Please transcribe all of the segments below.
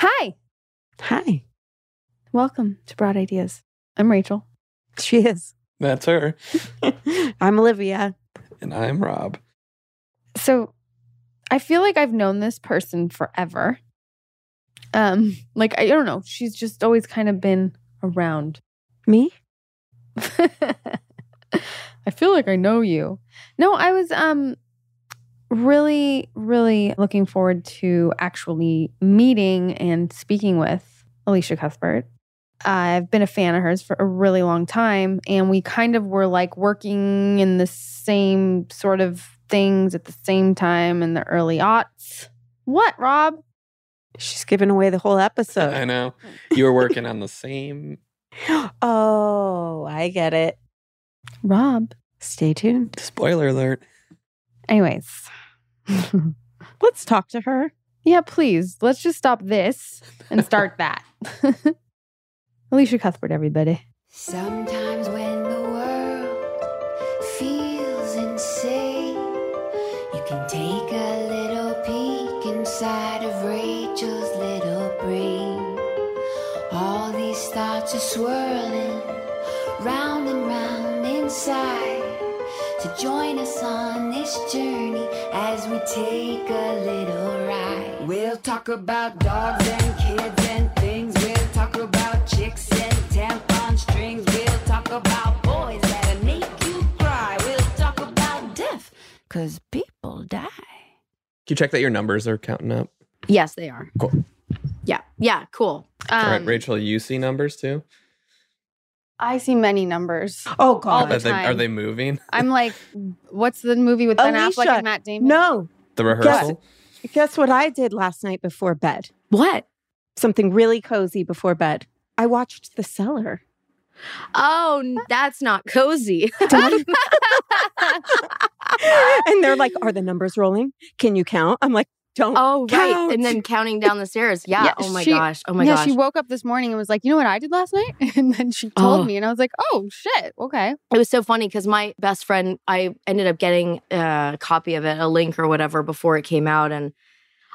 Hi, Hi. welcome to Broad Ideas. I'm Rachel. She is. That's her. I'm Olivia. And I'm Rob. So, I feel like I've known this person forever. Um, like I don't know, she's just always kind of been around. Me? I feel like I know you. No, I was um really really looking forward to actually meeting and speaking with Alicia Cuthbert. I've been a fan of hers for a really long time and we kind of were like working in the same sort of things at the same time in the early aughts. What, Rob? She's giving away the whole I Uh, episode. know. You were working on the same. oh, I get it. Rob. Stay tuned. Spoiler alert. Anyways. Let's talk to her. Yeah, please. Let's just stop this and start that. Alicia Cuthbert, everybody. Sometimes when the world feels insane, you can take a little peek inside of Rachel's little brain. All these thoughts are swirling round and round inside. So join us on this journey as we take a little ride. We'll talk about dogs and kids and things. We'll talk about chicks and tampon strings. We'll talk about boys that'll make you cry. We'll talk about death, cause people die. Can you check that your numbers are counting up? Yes, they are. Cool. Yeah. Yeah. Cool. All right, Um, Rachel, you see numbers too? I see many numbers. Oh, God. all the are, they, time. are they moving? I'm like, what's the movie with Ben Affleck Alicia, and Matt Damon? No. The rehearsal? Guess what I did last night before bed? What? Something really cozy before bed. I watched The Cellar. Oh, n- that's not cozy. Done. and they're like, Are the numbers rolling? Can you count? I'm like, Don't. oh, right. Couch. And then counting down the stairs. Yeah. Yeah, oh my she- gosh. Oh my yeah, gosh. she woke up this morning and was like, you know what I did last night? And then she told Oh. me, and I was like, oh shit, okay. it was so funny because my best friend, I ended up getting a copy of it, a link or whatever, before it came out, and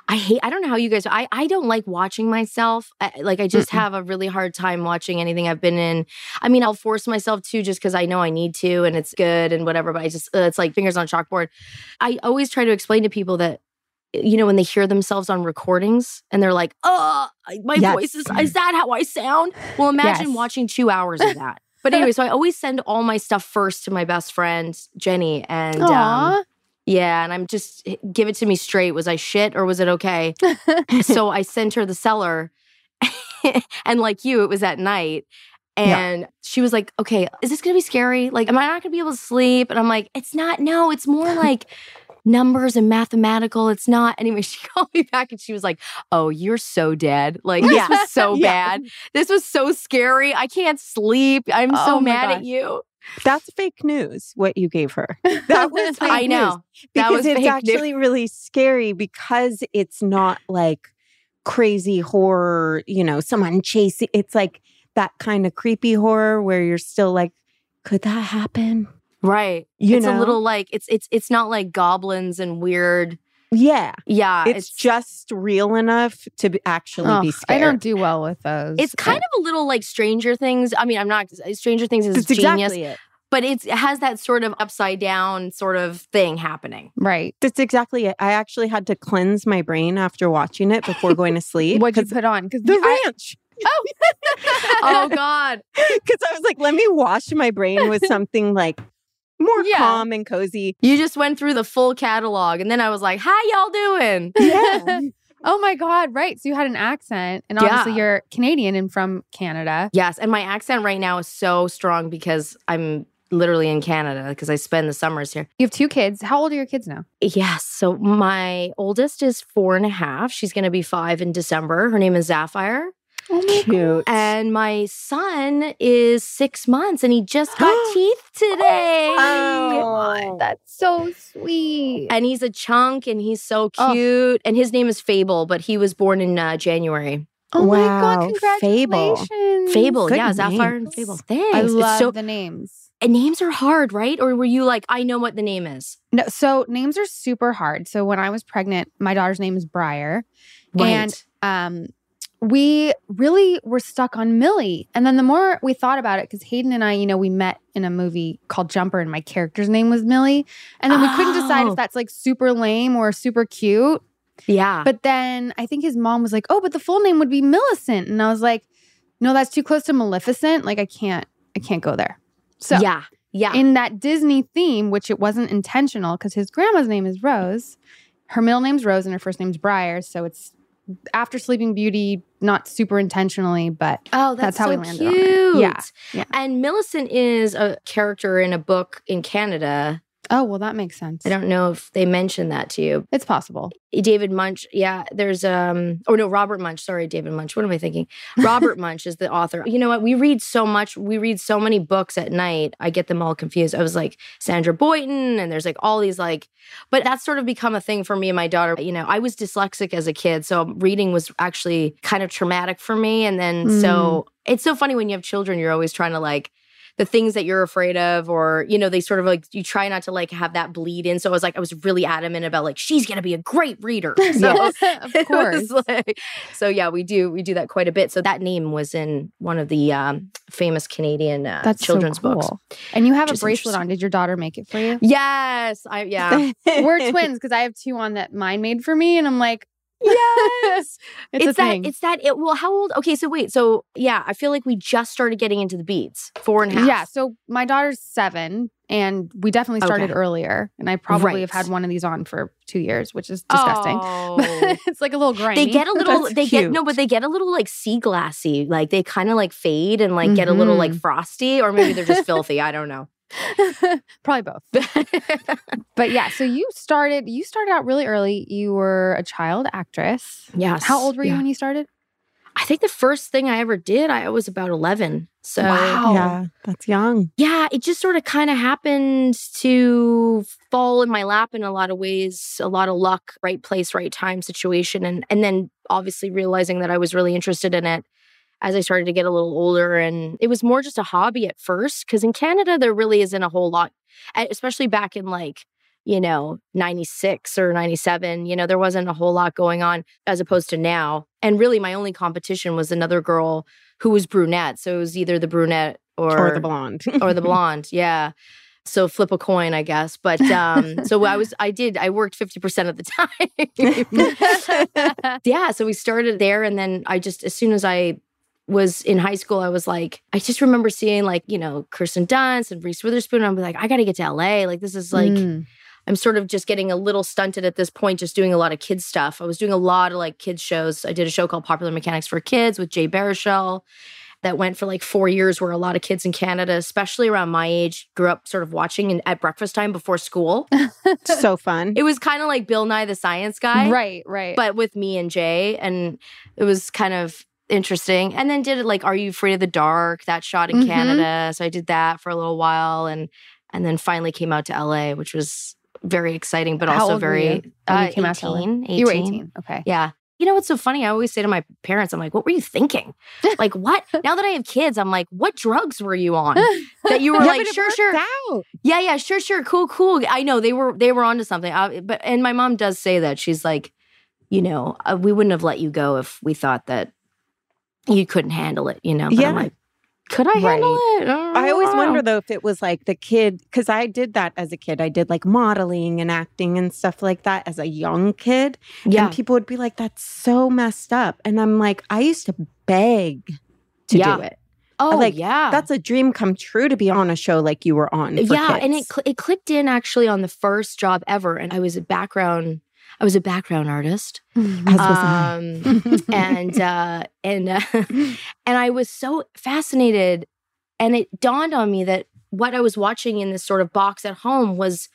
I hate. I don't know how you guys. I I don't like watching myself. I, like I just Mm-mm. have a really hard time watching anything I've been in. I mean, I'll force myself to just because I know I need to, and it's good and whatever. But I just uh, it's like fingers on a chalkboard. I always try to explain to people that you know when they hear themselves on recordings and they're like, "Oh, my Yes. voice is is that how I sound?" Well, imagine Yes. watching two hours of that. But anyway, so I always send all my stuff first to my best friend Jenny, and um, Aw. yeah, and I'm just eh, give it to me straight. Was I shit or was it okay? so I sent her the cellar, and like you, it was at night. Yeah. And she was like, okay, is this gonna be scary? Like, am I not gonna be able to sleep? And I'm like, it's not, no, it's more like numbers and mathematical. It's not. Anyway, she called me back and she was like, oh, you're so dead. Like, Yeah. this was so Yeah. bad. This was so scary. I can't sleep. I'm Oh so my mad gosh. at you. That's fake news, what you gave her. That was fake I news. know. That because was it's fake news. actually really scary because it's not like crazy horror, you know, someone chasing. It's like that kind of creepy horror where you're still like, could that happen? Right. You it's know, a little like it's it's it's not like goblins and weird. yeah. Yeah. It's, just real enough to be, actually Ugh, be I scared. don't do well with those. it's kind of a little like Stranger Things. I mean, I'm not uh, Stranger Things is That's genius, exactly it. but it's, it has that sort of upside down sort of thing happening. right. That's exactly it. I actually had to cleanse my brain after watching it before going to sleep. What'd you 'cause put on? Because the ranch. oh God. Because I was like, let me wash my brain with something like more Yeah. calm and cozy. You just went through the full catalog and then I was like, "How y'all doing?" Yeah. oh my god, right. So you had an accent, and obviously Yeah. you're Canadian and from Canada. Yes, and my accent right now is so strong because I'm literally in Canada because I spend the summers here. You have two kids. How old are your kids now? Yes. So my oldest is four and a half. She's going to be five in December. Her name is Sapphire. Oh Cute. And my son is six months and he just got teeth today. Oh. Oh. God, that's so sweet. And he's a chunk and he's so Oh. cute. And his name is Fable, but he was born in uh, January. Oh my Wow, god, Fable. congratulations. Fable. Good yeah, Sapphire and names. Fable. Thanks. Mm, I It's love so, the names. and names are hard, right? Or were you like, I know what the name is? No, so names are super hard. So when I was pregnant, my daughter's name is Briar. Right. And- Um, we really were stuck on Millie. And then the more we thought about it, because Hayden and I, you know, we met in a movie called Jumper, and my character's name was Millie. And then we couldn't decide Oh. if that's like super lame or super cute. Yeah. But then I think his mom was like, oh, but the full name would be Millicent. And I was like, no, that's too close to Maleficent. Like, I can't, I can't go there. So, yeah. Yeah. in that Disney theme, which it wasn't intentional because his grandma's name is Rose. Her middle name's Rose and her first name's Briar. So it's after Sleeping Beauty, not super intentionally, but Oh, That's that's, how we so landed on it. cute. Yeah, yeah. And Millicent is a character in a book in Canada. oh, well, that makes sense. I don't know if they mentioned that to you. It's possible. David Munch, yeah, there's um or no, Robert Munch, sorry, David Munch. What am I thinking? Robert Munch is the author. You know what? We read so much, we read so many books at night. I get them all confused. I was like Sandra Boynton and there's like all these like but that's sort of become a thing for me and my daughter. You know, I was dyslexic as a kid, so reading was actually kind of traumatic for me and then so it's so funny when you have children, you're always trying to like the things that you're afraid of or you know they sort of like you try not to like have that bleed in so i was like i was really adamant about like she's gonna be a great reader so of it was course. like- so yeah we do we do that quite a bit so that name was in one of the um, famous canadian uh, That's so children's books cool. And you have a Which is bracelet interesting. on. Did your daughter make it for you? yes i yeah We're twins because I have two on that mine made for me. And I'm like, yes it's, a that thing. it's that it well how old okay so wait so yeah i feel like we just started getting into the beats four and a half Yeah. So my daughter's seven, and we definitely started Okay. earlier. And I probably have Right. had one of these on for two years, which is disgusting. Oh. it's like a little grimy. they get a little That's they get no cute. but they get a little like sea glassy like they kind of like fade and like get a little like frosty or maybe they're just filthy i don't know probably both. But yeah, so you started you started out really early. You were a child actress. yes How old were you Yeah. when you started? i think the first thing i ever did i was about 11 so Wow. Yeah, that's young. yeah it just sort of kind of happened to fall in my lap in a lot of ways a lot of luck right place right time situation and and then obviously realizing that i was really interested in it as i started to get a little older and it was more just a hobby at first because in canada there really isn't a whole lot e- especially back in like you know 96 or 97 you know there wasn't a whole lot going on as opposed to now and really my only competition was another girl who was brunette so it was either the brunette Or, the blonde. or the blonde. Yeah. So flip a coin, I guess. But um, so I was, I did, I worked 50% of the time. yeah. So we started there. And then I just, as soon as I was in high school, I was like, I just remember seeing like, you know, Kirsten Dunst and Reese Witherspoon. I'm like, I got to get to LA. Like, this is like, Mm. I'm sort of just getting a little stunted at this point, just doing a lot of kids stuff. I was doing a lot of like kids shows. I did a show called Popular Mechanics for Kids with Jay Baruchel that went for like four years, where a lot of kids in Canada, especially around my age, grew up sort of watching and at breakfast time before school. so fun. it was kind of like Bill Nye the Science Guy, right, right. but with me and Jay, and it was kind of interesting. And then did it like Are You Afraid of the Dark? That shot in Mhm. Canada, so I did that for a little while, and and then finally came out to LA, which was very exciting, but How also old were very you when you came out to LA? 18, you were 18. Okay. Yeah. You know what's so funny? I always say to my parents, I'm like, what were you thinking? Like, what? now that I have kids, I'm like, what drugs were you on? That you were Yeah, like, but it sure, worked sure. out. Yeah, yeah, sure, sure, cool, cool. I know they were they were onto something. I, but and my mom does say that she's like, you know, uh, we wouldn't have let you go if we thought that you couldn't handle it. You know, but Yeah. I'm like, could I handle it? I always Oh, wonder wonder though if it was like the kid because I did that as a kid. I did like modeling and acting and stuff like that as a young kid. Yeah, And people would be like, "That's so messed up," and I'm like, "I used to beg to Yeah. do it. oh like, yeah, That's a dream come true to be on a show like you were on." for yeah and it, kids. cl- it clicked in actually on the first job ever and i was a background i was a background artist As was I. um, and uh, and uh, and i was so fascinated and it dawned on me that what i was watching in this sort of box at home was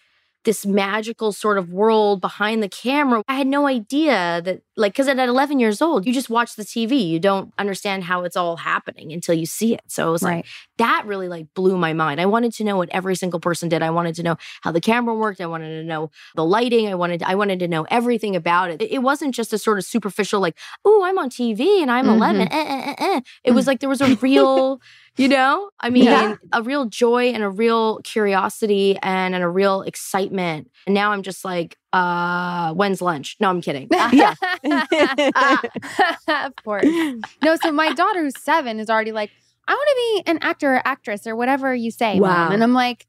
this magical sort of world behind the camera i had no idea that like because at 11 years old you just watch the tv you don't understand how it's all happening until you see it so it was like right. that really like blew my mind. I wanted to know what every single person did. I wanted to know how the camera worked. I wanted to know the lighting. I wanted I wanted to know everything about it. It, it wasn't just a sort of superficial like, "Oh, I'm on TV and I'm Mhm. 11." Mm-hmm. eh, eh, eh, eh." It was like there was a real, You know, I mean, Mm. Yeah. a real joy and a real curiosity and, and a real excitement. And now I'm just like, uh, when's lunch? No, I'm kidding. Yeah. of course. No, so my daughter who's seven is already like, I want to be an actor or actress or whatever you say, Wow. mom. And I'm like,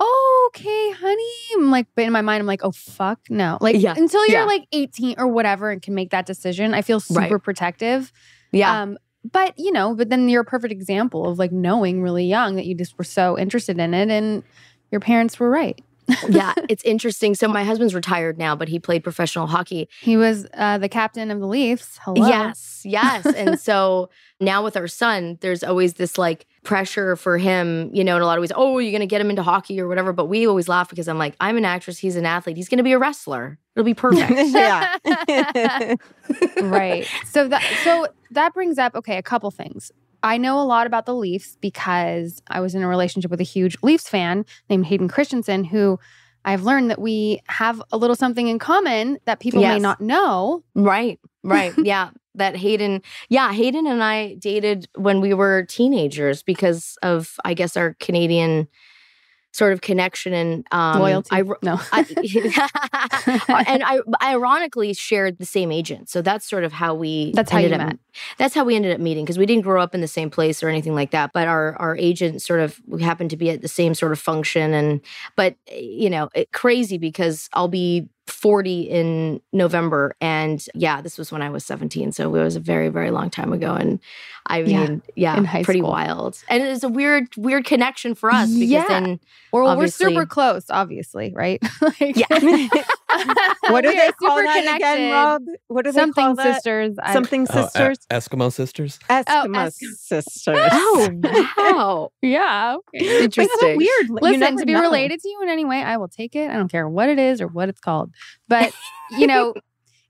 okay, honey. I'm like, but in my mind, I'm like, oh fuck, no. Like Yeah. until you're Yeah. like 18 or whatever and can make that decision, I feel super Right. protective. yeah. Um, but you know, but then you're a perfect example of like knowing really young that you just were so interested in it and your parents were right. yeah. It's interesting. So my husband's retired now, but he played professional hockey. He was uh, the captain of the Leafs. Hello. Yes, yes. and so now with our son, there's always this like pressure for him, you know, in a lot of ways. Oh, you're going to get him into hockey or whatever. But we always laugh because I'm like, I'm an actress. He's an athlete. He's going to be a wrestler. It'll be perfect. yeah. right. So that so that brings up okay a couple things. I know a lot about the Leafs because I was in a relationship with a huge Leafs fan named Hayden Christensen, who I've learned that we have a little something in common that people may Yes. not know. right, right. Yeah. That Hayden, yeah, Hayden and I dated when we were teenagers because of, I guess, our Canadian sort of connection and um, Loyalty. I, no. I- Uh, and I I ironically shared the same agent. So that's sort of how we That's how ended you up, met. That's how we ended up meeting because we didn't grow up in the same place or anything like that. But our our agent sort of we happened to be at the same sort of function and but eh, you know it, crazy because I'll be 40 in November and yeah this was when I was 17 so it was a very very long time ago and I Yeah, mean yeah, in high pretty school. wild and it's a weird weird connection for us because Yeah. then well, we're obviously- super close, obviously, right? like, Yeah. what do we they are call super that connected. again, Rob? What do they Something call that? sisters. I- Oh, Something Oh, e- sisters. Eskimo sisters. Eskimo Es- sisters. oh wow yeah. okay. Like, how interesting weird. You Listen, never to be know. related to you in any way, I will take it. I don't care what it is or what it's called. But, you know,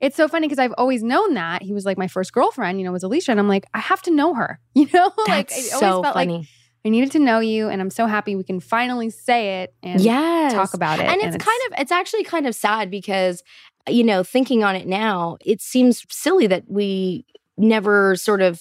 it's so funny because I've always known that. He was like my first girlfriend, you know, was Alicia. And I'm like, I have to know her, you know? like, I That's always so felt funny. like I needed to know you. And I'm so happy we can finally say it and yes. talk about it. and it's, kind of it's actually kind of sad because you know thinking on it now it seems silly that we never sort of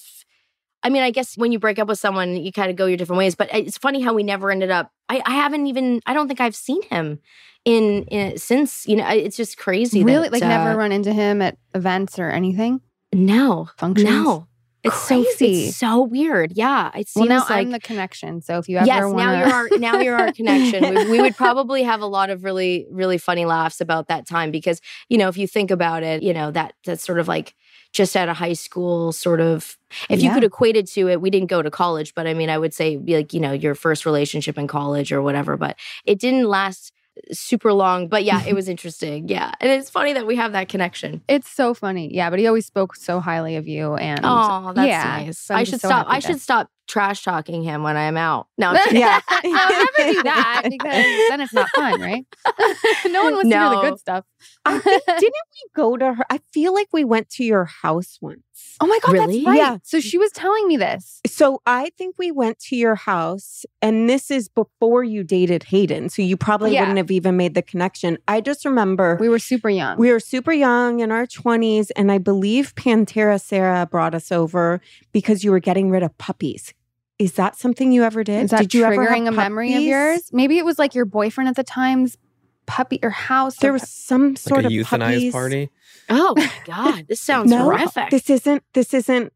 i mean i guess when you break up with someone you kind of go your different ways but it's funny how we never ended up i, I haven't even i don't think i've seen him in, in since you know I- it's just crazy that, really like uh, never run into him at events or anything, no functions. no it's so Crazy. it's so weird yeah it seems Well, now like I'm the connection. So if you ever yes, want now you're our now you're our connection. We, we would probably have a lot of really really funny laughs about that time because you know if you think about it, you know that that's sort of like just out of high school, sort of. If you Yeah. could equate it to it, we didn't go to college, but I mean, I would say be like you know your first relationship in college or whatever, but it didn't last super long. But yeah, it was interesting. Yeah, and it's funny that we have that connection. It's so funny. Yeah, but he always spoke so highly of you and Oh, that's yeah, nice. so I'm I just should so stop. happy I that- should stop trash talking him when I am out. No, I'm kidding. Yeah. I would never do that because then it's not fun, right? no one wants to hear the No. good stuff. I think, didn't we go to her? I feel like we went to your house once. oh my god, Really? that's right. Yeah. So she was telling me this. So I think we went to your house, and this is before you dated Hayden. So you probably Yeah. wouldn't have even made the connection. I just remember We were super young. we were super young in our 20s, and I believe Pantera Sarah brought us over because you were getting rid of puppies. Is that something you ever did? Is that did you ever have triggering a memory of puppies? yours? Maybe it was like your boyfriend at the time's puppy or house. or There was some Like sort a of euthanized puppies. party. Oh my god, this sounds No, horrific. This isn't. This isn't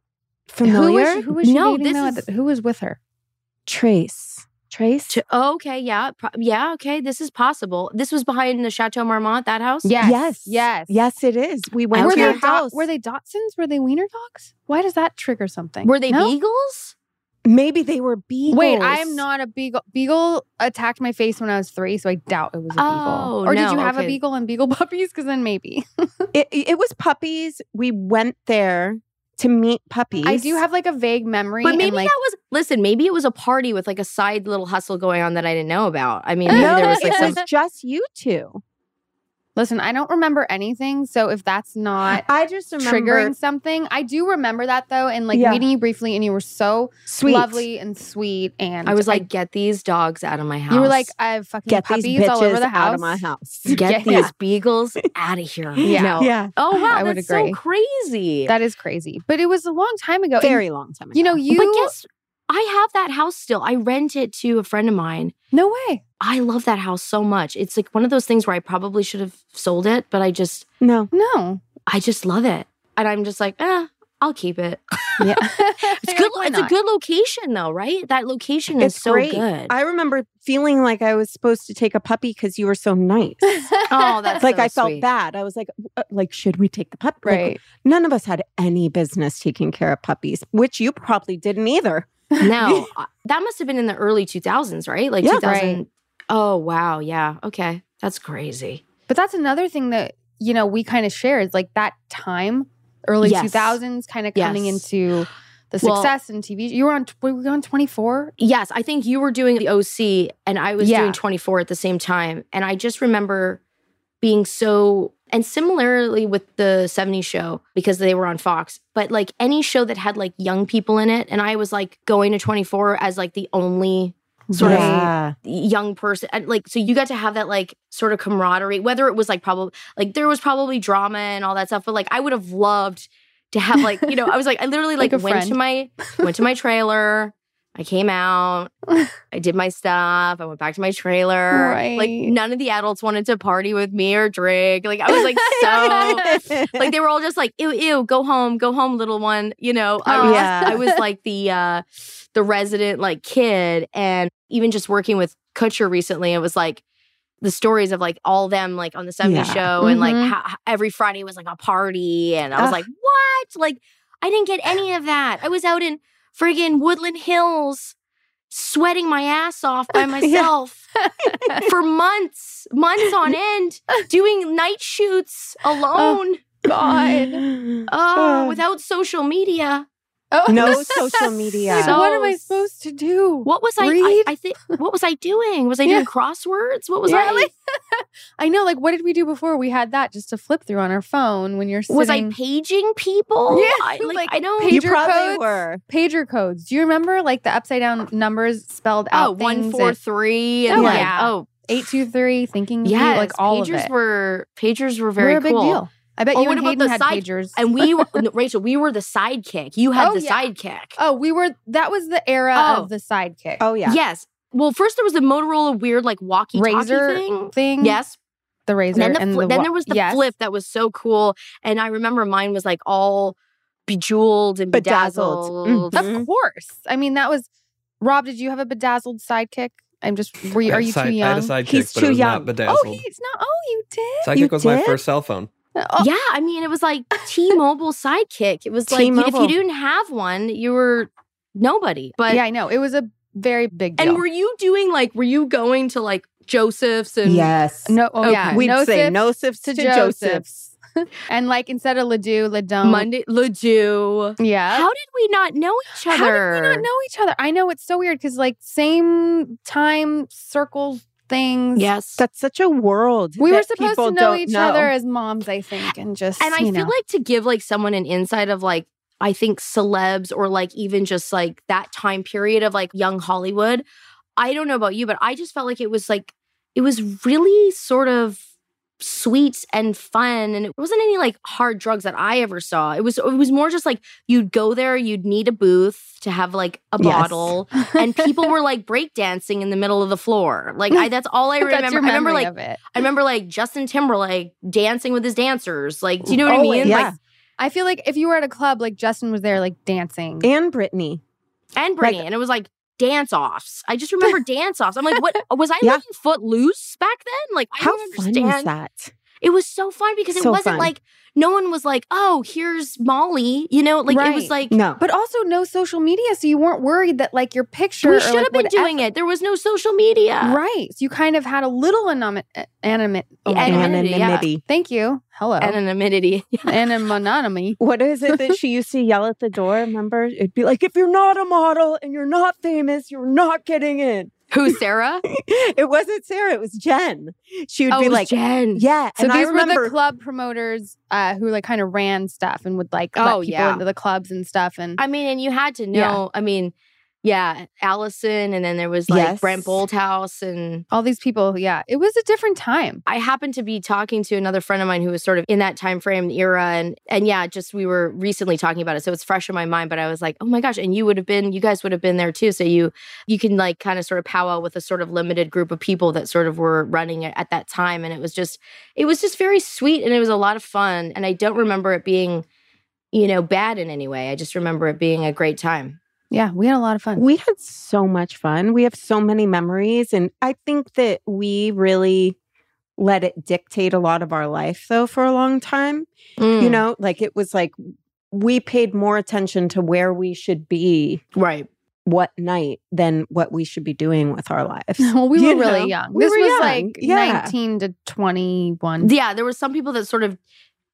who familiar. was she, who was she No, dating, this though, at the- is- who was with her? Trace. Trace. To- oh, okay, yeah, pro- yeah, okay. This is possible. This was behind the Chateau Marmont, that house. Yes. Yes. Yes. Yes, it is. We went Were to they, your Do- house. were they Dotsons? Were they wiener dogs? Why does that trigger something? were they No? beagles? Maybe they were beagles. Wait, I'm not a beagle. Beagle attacked my face when I was three, so I doubt it was a Oh, beagle. Or did no, you have okay. a beagle and beagle puppies? Because then maybe. It, it was puppies. We went there to meet puppies. I do have like a vague memory. But and, maybe like, that was listen. Maybe it was a party with like a side little hustle going on that I didn't know about. I mean, maybe No, there was like it some. was just you two. Listen, I don't remember anything, so if that's not I just remember triggering something, I do remember that though, and like Yeah. meeting you briefly, and you were so sweet. lovely and sweet, and I was like, get these dogs out of my house. you were like, I have fucking Get puppies these bitches all over the house. out of my house. get yeah. these beagles out of here. Yeah. No. Yeah, Oh wow, I would that's agree. so crazy. That is crazy, but it was a long time ago. and, very long time. you know, ago. you but guess I have that house still. I rent it to a friend of mine. No way. I love that house so much. It's like one of those things where I probably should have sold it, but I just No. No. I just love it. And I'm just like, eh, I'll keep it. Yeah. It's good. it's a good location though, right? That location is It's so great. good. I remember feeling like I was supposed to take a puppy because you were so nice. Oh, that's like so I felt sweet. bad. I was like, uh, like should we take the puppy? Like, right. none of us had any business taking care of puppies, which you probably didn't either. No, I- that must have been in the early 2000s, right? Like Yeah. 2000. Right. Oh, wow. Yeah. Okay. That's crazy. But that's another thing that, you know, we kind of share is like that time, early Yes. 2000s, kind of coming Yes. into the Well- success in TV. You were on, were we on 24? Yes. I think you were doing the OC and I was Yeah. doing 24 at the same time. And I just remember being so, and similarly with the 70s show because they were on Fox, but like any show that had like young people in it. And I was like going to 24 as like the only Sort of- yeah. young person and, like so you got to have that like sort of camaraderie whether it was like probably like there was probably drama and all that stuff but like i would have loved to have like you know i was like i literally like, Like a went to friend. my went to my trailer i came out i did my stuff i went back to my trailer like Right. none of the adults wanted to party with me or drink like i was like so like they were all just like ew ew go home go home little one you know I was, Oh, Yeah. I was like the uh the resident like kid and even just working with Kutcher recently it was like the stories of like all them like on the 70s Yeah. show and like Mhm. how, how every Friday was like a party and I was Ugh. like what like I didn't get any of that I was out in friggin Woodland Hills sweating my ass off by myself for months months on end doing night shoots Oh. alone God. Oh, Um, Uh, without social media. Oh. No social media. Like, what am I So- supposed to do? What was I? I, Read? I think. What was I doing? Was I Yeah. doing crosswords? What was Really? I know, like, what did we do before? We had that just to flip through on our phone when you're I? sitting. Was I paging people? Yeah, I, like, like, I don't. page- you pager probably codes? were. pager codes? Do you remember like the upside down numbers spelled out? oh, one things four and three and Oh, like yeah. oh eight two three, thinking yeah, yeah, like all pagers of it. were pagers were very We're a big cool. deal. I bet Oh, you what and about Hayden the had side- pagers. And we, were, no, Rachel, we were the sidekick. You had Oh, the yeah. sidekick. oh, we were. That was the era Oh. of the sidekick Oh yeah. Yes. Well, first there was the Motorola weird like walkie razor thing. thing. Yes, the razor. And then, and the fli- the then wa- there was the yes. flip that was so cool. And I remember mine was like all bejeweled and bedazzled. Oh, Bedazzled. Mhm. Of course. I mean, that was Rob. Did you have a bedazzled sidekick? I'm just. Were you? Are I had you side- too I had young? a sidekick, He's but too it was young. not bedazzled. oh, he's not. Oh, you did. sidekick You was my did? first cell phone. Oh, Yeah, I mean, it was like T-Mobile sidekick. It was like if you T-Mobile. didn't have one, you were nobody. But yeah, I know. It was a very big deal. and were you doing like were you going to like Joseph's and Yes. no, oh, Okay. yeah, We'd no say sips no sips to to, Joseph's. Joseph's. And like instead of Ledoux, Ledon. Monday Ledoux? Yeah. How did we not know each How other? did we not know each other? I know it's so weird because like same time circles things. Yes. That's such a world. We were that supposed people to know don't each other as moms, I think, and just And I you feel know. like to give like someone an insight of like I think celebs or like even just like that time period of like young Hollywood. I don't know about you, but I just felt like it was like it was really sort of sweet and fun and it wasn't any like hard drugs that I ever saw. It was it was more just like you'd go there, you'd need a booth to have like a Yes. bottle and people were like breakdancing in the middle of the floor. Like I that's all I That's remember. your I remember memory like of it. I remember like Justin Timberlake dancing with his dancers. Like, do you know what I Always. mean? Like, Oh, Yeah. I feel like if you were at a club, like Justin was there, like dancing. and Brittany. and Britney, and it was like dance offs. I just remember dance offs. I'm like, what was I Yeah. living foot loose back then? Like, I How don't fun understand. was that? It was so fun because it So wasn't fun. like no one was like, oh, here's Molly. You know, like it was Right. like No. But also no social media, so you weren't worried that like your picture. we or, should like, have been whatever- doing it. There was no social media. Right. So you kind of had a little anom- animate. Oh my And- God. Anonymity, yeah. Anonymity. Thank you. Hello. And an anonymity. Anonymity. What is it that she used to yell at the door? Remember? It'd be like, if you're not a model and you're not famous, you're not getting in. Who, Sarah? It wasn't Sarah, it was Jen. She would oh, be it was like, Jen. yeah. So and I these were remember the club promoters uh, who like kind of ran stuff and would like Oh, let people yeah. into the clubs and stuff. And I mean, and you had to Yeah. know. I mean, Yeah, Allison, and then there was like Yes. Brent Bolthouse, and All these people, yeah. It was a different time. I happened to be talking to another friend of mine who was sort of in that time frame era, and and yeah, just we were recently talking about it, so it's fresh in my mind. But I was like, oh my gosh, and you would have been, you guys would have been there too, so you you can like kind of sort of powwow with a sort of limited group of people that sort of were running it at that time, and it was just it was just very sweet, and it was a lot of fun, and I don't remember it being, you know, bad in any way. I just remember it being a great time. Yeah, we had a lot of fun. We had so much fun. We have so many memories. And I think that we really let it dictate a lot of our life, though, for a long time. You Mm, know, like it was like we paid more attention to where we should be right? what night than what we should be doing with our lives. well, we You were really know, young. we this were was young. like Yeah. 19 to 21. yeah, there were some people that sort of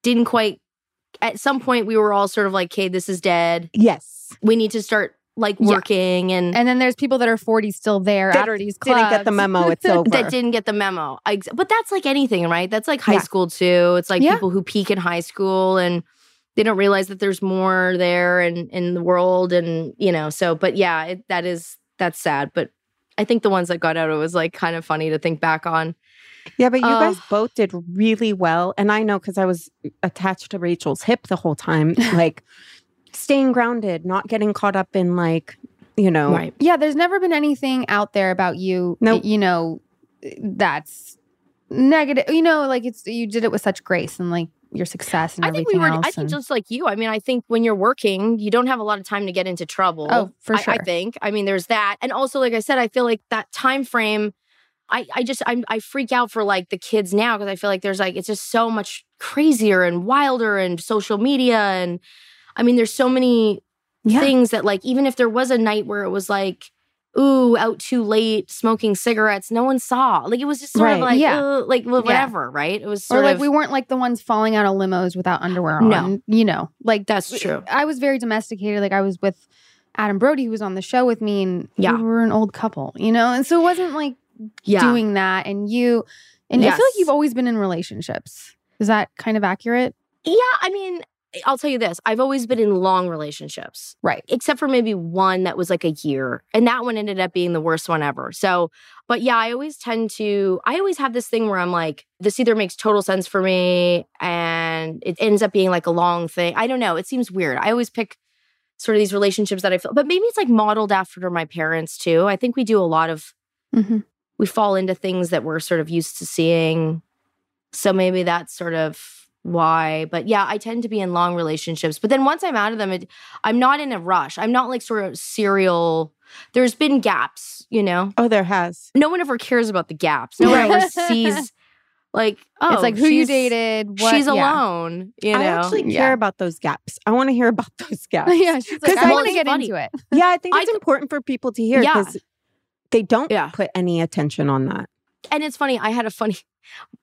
didn't quite. At some point, we were all sort of like, "Okay, this is dead. Yes. We need to start like Yeah. working," and, And then there's people that are 40 still there That after are- these clubs. Didn't get the memo. Oh, It's over. that didn't get the memo. I, but that's like anything, right? That's like high Yeah. school too. It's like Yeah. people who peak in high school and they don't realize that there's more there and in the world, and you know. So, but yeah, it, that is that's sad, but. I think the ones that got out, it was like kind of funny to think back on. Yeah, but you Uh, guys both did really well. And I know because I was attached to Rachel's hip the whole time, like staying grounded, not getting caught up in like, you know, Right. Yeah, there's never been anything out there about you. Nope. You know, that's negative. You know, like it's you did it with such grace and like your success and I think we everything were. else. I think and- just like you. I mean, I think when you're working, you don't have a lot of time to get into trouble. oh, for I- sure. I, think. I mean, there's that, and also, like I said, I feel like that time frame. I I just I'm, I freak out for like the kids now because I feel like there's like it's just so much crazier and wilder and social media and I mean there's so many yeah. things that like even if there was a night where it was like ooh out too late smoking cigarettes no one saw like it was just sort of Right. like Yeah. "Ugh," like well, Yeah. whatever right it was sort or like of we weren't like the ones falling out of limos without underwear on. No. You know, like that's true I was very domesticated. Like I was with Adam Brody, who was on the show with me, and Yeah. we were an old couple, you know? And so it wasn't like yeah doing that. And you, and I feel Yes. like you've always been in relationships. Is that kind of accurate? Yeah, I mean, eh, I'll tell you this. I've always been in long relationships, Right. except for maybe one that was like a year. And that one ended up being the worst one ever. So, but yeah, I always tend to, I always have this thing where I'm like, this either makes total sense for me and it ends up being like a long thing. I don't know. It seems weird. I always pick sort of these relationships that I feel, but maybe it's like modeled after my parents too. I think we do a lot of Mm-hmm. we fall into things that we're sort of used to seeing. So maybe that's sort of why. But yeah, I tend to be in long relationships. But then once I'm out of them, it, I'm not in a rush. I'm not like sort of serial. There's been gaps, you know? Oh, there has. No one ever cares about the gaps. No one Right. ever sees, like, oh, it's like who you she's- dated, what, she's yeah. alone, you know? I actually care Yeah. about those gaps. I want to hear about those gaps. yeah, she's like, 'Cause I I want to was get funny. into it. Yeah, I think I it's th- important for people to hear Yeah. because they don't Yeah. put any attention on that. and it's funny, I had a funny,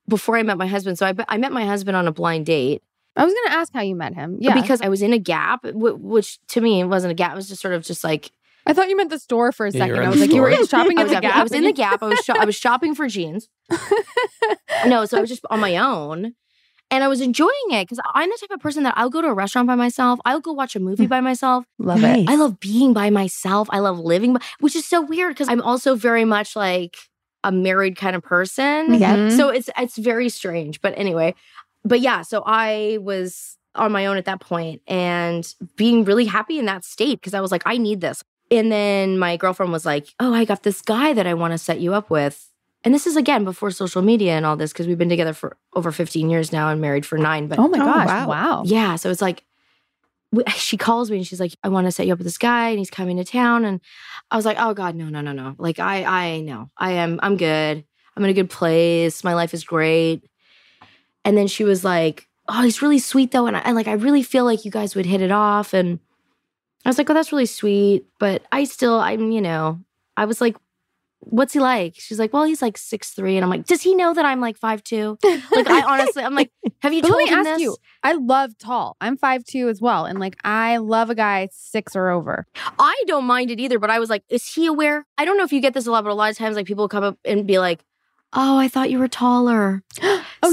before I met my husband, so I, I met my husband on a blind date. I was gonna ask how you met him. Yeah, Because I was in a gap, wh- which to me it wasn't a gap. It was just sort of just like I thought you meant the store for a Yeah, second. you were I in was the like, you were store. just shopping I at was, the at- Gap. I was in and the you- Gap. I was sho- I was shopping for jeans. No, so I was just on my own, and I was enjoying it because I'm the type of person that I'll go to a restaurant by myself. I'll go watch a movie by myself. Love it. Nice. I love being by myself. I love living, by, which is so weird because I'm also very much like a married kind of person. Yeah. Mhm. So it's it's very strange. But anyway, but yeah, so I was on my own at that point and being really happy in that state because I was like, I need this. And then my girlfriend was like, Oh, I got this guy that I want to set you up with. And this is again before social media and all this, because we've been together for over 15 years now and married for nine. But Oh my Oh, gosh! Wow. wow. yeah. So it's like, w- she calls me and she's like, I want to set you up with this guy and he's coming to town. And I was like, oh God, no, no, no, no. Like, I, I know I am, I'm good. I'm in a good place. My life is great. And then she was like, oh, he's really sweet though. And I, and like, I really feel like you guys would hit it off. And I was like, oh, that's really sweet. But I still, I'm, you know, I was like, what's he like? She's like, well, he's like six three. And I'm like, does he know that I'm like five two? Like, I honestly, I'm like, have you But told let me him ask this? you. I love tall. I'm five two as well, and like I love a guy six or over. I don't mind it either, but I was like, is he aware? I don't know if you get this a lot, but a lot of times like people come up and be like, Oh, I thought you were taller. Oh so,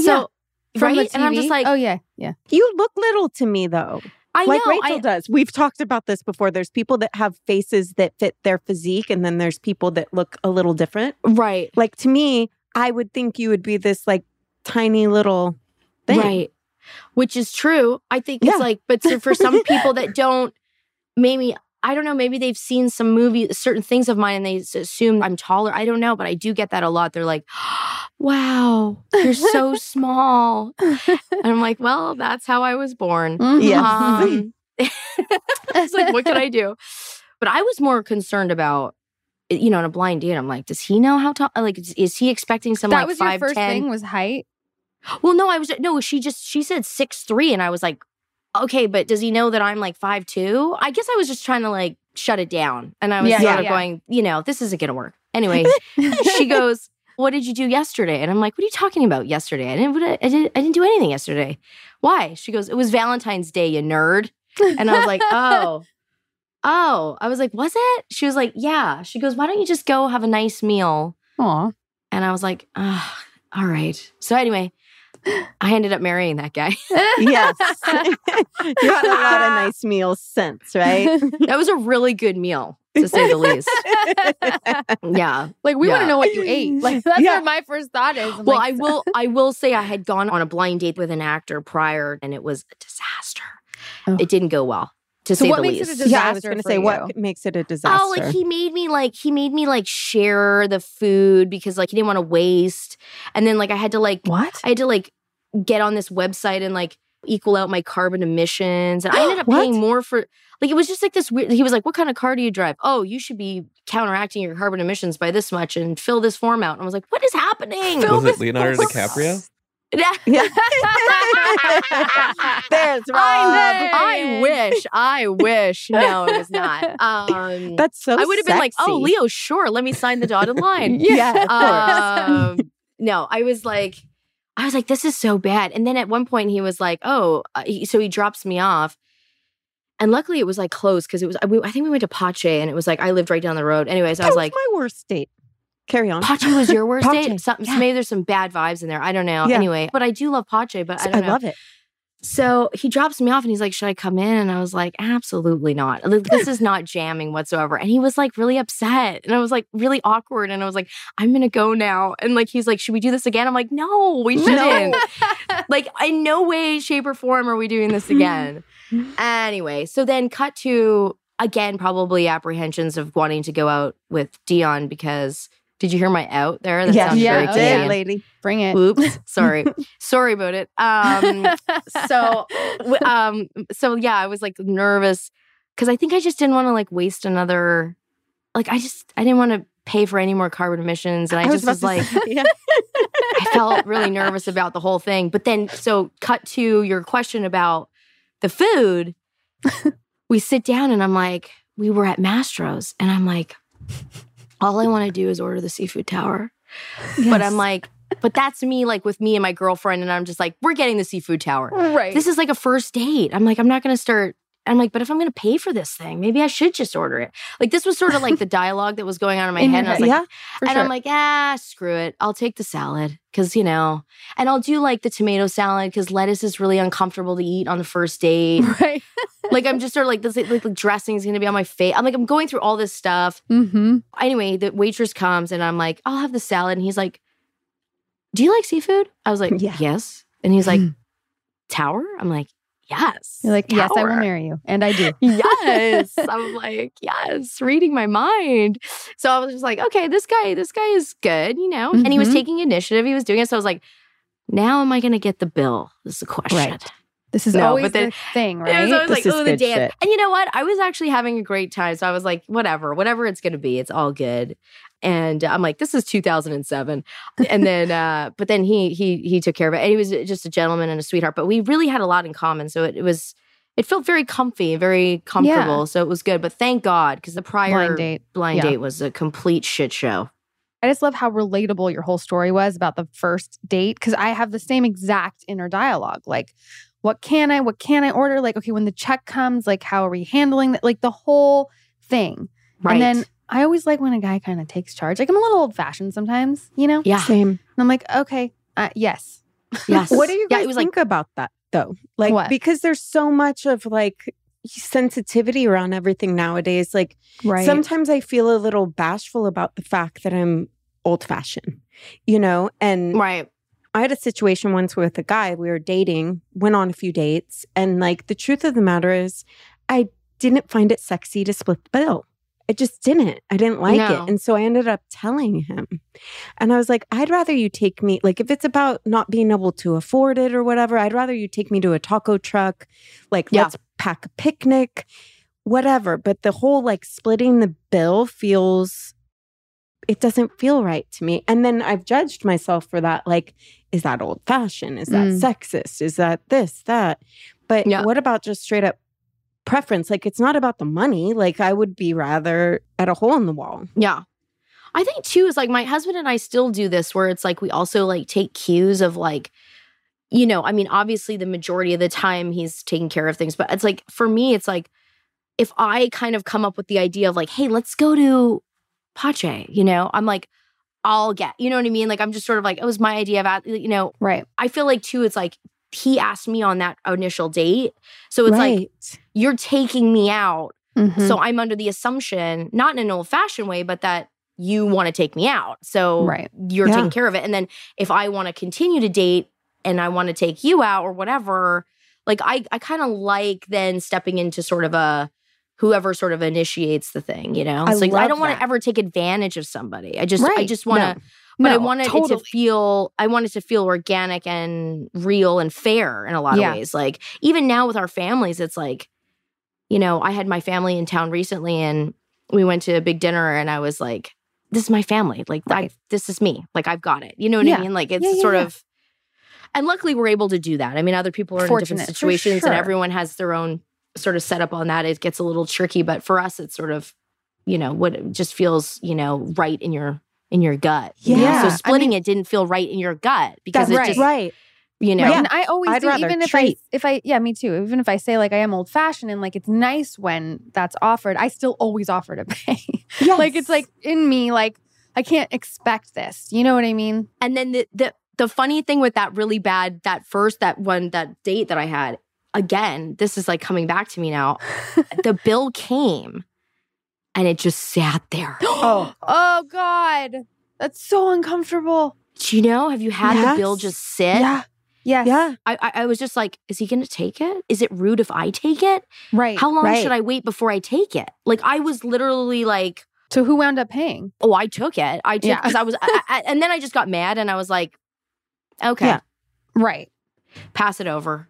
yeah, from right? the TV. And I'm just like, oh yeah, yeah. You look little to me though. I like know. Rachel I, does. We've talked about this before. There's people that have faces that fit their physique, and then there's people that look a little different. right. Like to me, I would think you would be this like tiny little thing. Right. Which is true. I think Yeah. it's like, but so for some people that don't, maybe, I don't know, maybe they've seen some movie, certain things of mine, and they s- assume I'm taller. I don't know, but I do get that a lot. They're like, wow, you're so small. And I'm like, well, that's how I was born. Mm-hmm. Yes. Um, it's like, what can I do? But I was more concerned about, you know, in a blind date, I'm like, does he know how tall? Like, is- is he expecting some that like was your five, first 10? thing was height. Well, no, I was no. She just she said six three, and I was like, okay, but does he know that I'm like five two? I guess I was just trying to like shut it down, and I was Yeah, sort yeah, of yeah. going, you know, this isn't gonna work. Anyway, she goes, "What did you do yesterday?" And I'm like, "What are you talking about yesterday? I didn't. what- I didn't. I didn't do anything yesterday. Why?" She goes, "It was Valentine's Day, you nerd." And I was like, "Oh." Oh, I was like, was it? She was like, yeah. She goes, why don't you just go have a nice meal Aw. and I was like, ah, all right. So anyway, I ended up marrying that guy. yes. you had a lot of nice meals since, right? that was a really good meal, to say the least. Yeah. Like we want to Yeah. know what you ate. Like that's Yeah. what my first thought is. I'm Well, like, I will I will say I had gone on a blind date with an actor prior and it was a disaster. Oh. It didn't go well, to So say what the makes it a least. dis- yeah, I was Disaster going to for say you. what makes it a disaster. Oh, like he made me like he made me like share the food because like he didn't want to waste. And then like I had to like what? I had to like get on this website and like equal out my carbon emissions. And I ended up What? paying more for like it was just like this weird he was like, What kind of car do you drive? Oh, you should be counteracting your carbon emissions by this much and fill this form out. And I was like, What is happening? Fill Was this it Leonardo form. DiCaprio? Yeah. yeah. There's Rob. I wish. I wish. No, it was not. Um, That's so I would have been like, oh, sexy. Leo, Uh, sure. Let me sign the dotted line. Yeah, of course. um, no, I was like, I was like, this is so bad. And then at one point, he was like, oh, uh, he- so he drops me off. And luckily, it was like close because it was, I, we, I think we went to Pache and it was like, I lived right down the road. Anyways, I That was like, my worst date. Carry on. Pache was your worst Pache, date? Something, yeah. Maybe there's some bad vibes in there. I don't know. Yeah. Anyway, but I do love Pache, but I don't I know. love it. So he drops me off and he's like, Should I come in? And I was like, Absolutely not. Like, This is not jamming whatsoever. And he was like, really upset. And I was like, really awkward. And I was like, I'm going to go now. And like, he's like, Should we do this again? I'm like, No, we shouldn't. like, in no way, shape, or form are we doing this again. anyway, so then cut to again, probably apprehensions of wanting to go out with Dion because did you hear my out there? That Yeah, sounds sure very did, Canadian. lady. Bring it. Oops, sorry. sorry about it. Um, so w- um so yeah i was like nervous because i think i just didn't want to like waste another like i just i didn't want to pay for any more carbon emissions and i, just was about like to say- yeah. i felt really nervous about the whole thing but then so cut to your question about the food we sit down and i'm like we were at mastro's and i'm like all i want to do is order the seafood tower but i'm like but that's me like with me and my girlfriend and i'm just like we're getting the seafood tower right. this is like a first date. I'm like, I'm not going to start. I'm like, but if I'm going to pay for this thing, maybe I should just order it. Like, this was sort of like the dialogue that was going on in my In your head. And I was head, like, yeah. For and sure. I'm like, ah, screw it. I'll take the salad because, you know, and I'll do like the tomato salad because lettuce is really uncomfortable to eat on the first date. right. like, I'm just sort of like, this, like, like dressing is going to be on my face. I'm like, I'm going through all this stuff Mm-hmm. anyway, the waitress comes and I'm like, I'll have the salad. And he's like, Do you like seafood? I was like, Yeah. Yes. And he's like, Tower? I'm like, Yes. You're like, yes, I will tower." marry you. And I do. Yes. I'm like, yes, reading my mind. So I was just like, okay, this guy, this guy is good, you know? And he was Mhm. taking initiative. He was doing it. So I was like, now am I gonna get the bill? Is the question. Right. This is No, always but then- the thing, It was right? always This like, is oh, the good dance. shit. And you know what? I was actually having a great time. So I was like, whatever, whatever it's going to be, it's all good. And I'm like, this is 2007. And then, uh, but then he, he, he took care of it. And he was just a gentleman and a sweetheart, but we really had a lot in common. So it, it was, it felt very comfy, very comfortable. So it was good. But thank God, because the prior Blind date. blind Yeah. date was a complete shit show. I just love how relatable your whole story was about the first date because I have the same exact inner dialogue. Like, what can I? What can I order? Like, okay, when the check comes, like, how are we handling that? Like, the whole thing. And Right. then I always like when a guy kind of takes charge. Like, I'm a little old fashioned sometimes, you know? yeah. Same. And I'm like, okay, uh, yes. Yes. What do you yeah, guys it was like, think about that? though. Like What? because there's so much of like sensitivity around everything nowadays. Like Right. sometimes I feel a little bashful about the fact that I'm old fashioned, you know? And Right. I had a situation once with a guy we were dating, went on a few dates, and like the truth of the matter is, I didn't find it sexy to split the bill. I just didn't. I didn't like No. it. And so I ended up telling him. And I was like, I'd rather you take me, like, if it's about not being able to afford it or whatever, I'd rather you take me to a taco truck. Like, Yeah. let's pack a picnic, whatever. But the whole like splitting the bill feels, it doesn't feel right to me. And then I've judged myself for that. Like, is that old fashioned? Is that Mm. sexist? Is that this, that? But Yeah. what about just straight up preference? Like, it's not about the money. Like, I would be rather at a hole in the wall. Yeah. I think too is like my husband and I still do this where it's like we also like take cues of like, you know, I mean, obviously the majority of the time he's taking care of things, but it's like for me, it's like if I kind of come up with the idea of like, hey, let's go to Pache, you know, I'm like, I'll get, you know what I mean? Like I'm just sort of like, it was my idea about, you know, right. I feel like too, it's like he asked me on that initial date. So it's like you're taking me out Mhm. Mm-hmm. so I'm under the assumption, not in an old fashioned way, but that you want to take me out. So Right. you're Yeah. taking care of it. And then if I want to continue to date and I want to take you out or whatever, like I, I kind of like then stepping into sort of a whoever sort of initiates the thing, you know? I It's like I love don't want that. to ever take advantage of somebody. I just I Right. just want to but I wanted it to feel I wanted to feel organic and real and fair in a lot Yeah. of ways. Like even now with our families, it's like, you know, I had my family in town recently and we went to a big dinner and I was like, this is my family. Like Right. I, this is me. Like I've got it. You know what Yeah. I mean? Like it's Yeah, yeah, sort yeah. of and luckily we're able to do that. I mean, other people are in Fortunate, for different situations sure. and everyone has their own sort of setup on that. It gets a little tricky, but for us it's sort of, you know, what it just feels, you know, right in your in your gut. you know? Yeah. I So splitting it didn't feel right in your gut because That's it right. just right. you know Right. Yeah. And I always I'd do, rather even if treat. I, if I, yeah, me too. Even if I say like I am old fashioned and like it's nice when that's offered, I still always offer to pay. Yes. like it's like in me, like I can't expect this. You know what I mean? and then the, the the funny thing with that really bad that first that one that date that I had again this is like coming back to me now the bill came and it just sat there oh, oh God, that's so uncomfortable. do you know have you had the bill Yes. just sit yeah. eh, Yes. yeah. I, I I was just like is he gonna take it is it rude if I take it Right. how long right. should I wait before I take it like I was literally like so who wound up paying? oh I took it I took Yeah. because I was I, I- and then I just got mad and I was like okay Yeah. Right. pass it over.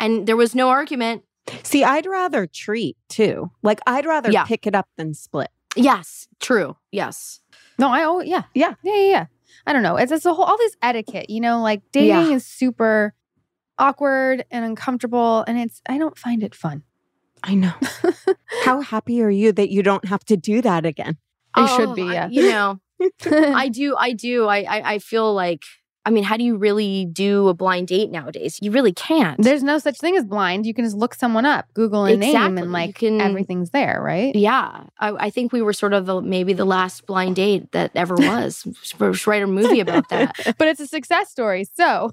And there was no argument. See, I'd rather treat too. Like I'd rather Yeah. pick it up than split. Yes, true. Yes. No, I always yeah. Yeah. Yeah, yeah, yeah. I don't know. It's it's a whole all this etiquette, you know, like dating Yeah. is super awkward and uncomfortable and it's I don't find it fun. I know. How happy are you that you don't have to do that again? It should be, Oh, I- yeah. you know, I do, I do. I, I I feel like I mean, how do you really do a blind date nowadays? You really can't. There's no such thing as blind. You can just look someone up, Google a name Exactly. and You like can- everything's there, right? yeah, I, I think we were sort of the, maybe the last blind date that ever was. Just Write a movie about that. But it's a success story. So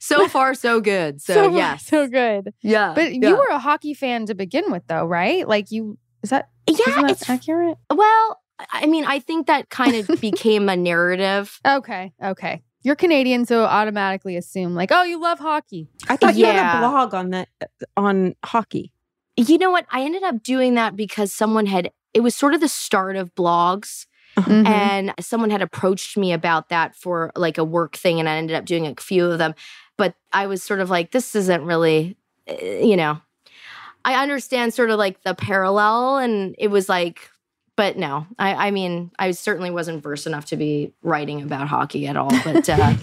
So far, so good. So, so yes, so good. yeah. But yeah. you were a hockey fan to begin with though, right? Like you is that yeah. not it's accurate? well. I- I mean, I think that kind of became a narrative. Okay. Okay. You're Canadian, so automatically assume like, oh, you love hockey. I thought you had Yeah. a blog on the on hockey. You know what? I ended up doing that because someone had. It was sort of the start of blogs. Mm-hmm. Mhm. and someone had approached me about that for like a work thing and i ended up doing a few of them but i was sort of like this isn't really uh, you know i understand sort of like the parallel and it was like but no i, I mean i certainly wasn't versed enough to be writing about hockey at all but uh,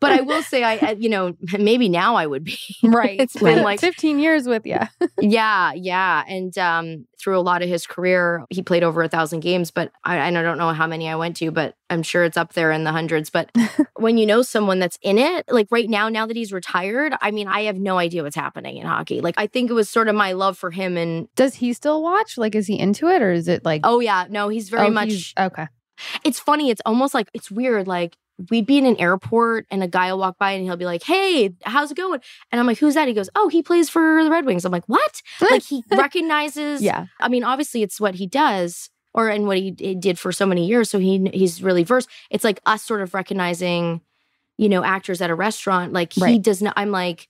but i will say i uh, you know maybe now i would be Right. It's been like- 15 years with you. yeah, yeah. And um, through a lot of his career, he played over a thousand games, but I, and I don't know how many I went to, but I'm sure it's up there in the hundreds. But when you know someone that's in it, like right now, now that he's retired, I mean, I have no idea what's happening in hockey. Like, I think it was sort of my love for him. And Does he still watch? Like, is he into it or is it like, oh, yeah, no, he's very oh, much. he's- okay. it's funny. It's almost like it's weird. Like, we'd be in an airport and a guy will walk by and he'll be like, Hey, how's it going? And I'm like, Who's that? He goes, Oh, he plays for the Red Wings. I'm like, What? Like he recognizes yeah. I mean, obviously, it's what he does, or and what he, he did for so many years. So he he's really versed. It's like us sort of recognizing, you know, actors at a restaurant. Like he Right. does not. I'm like,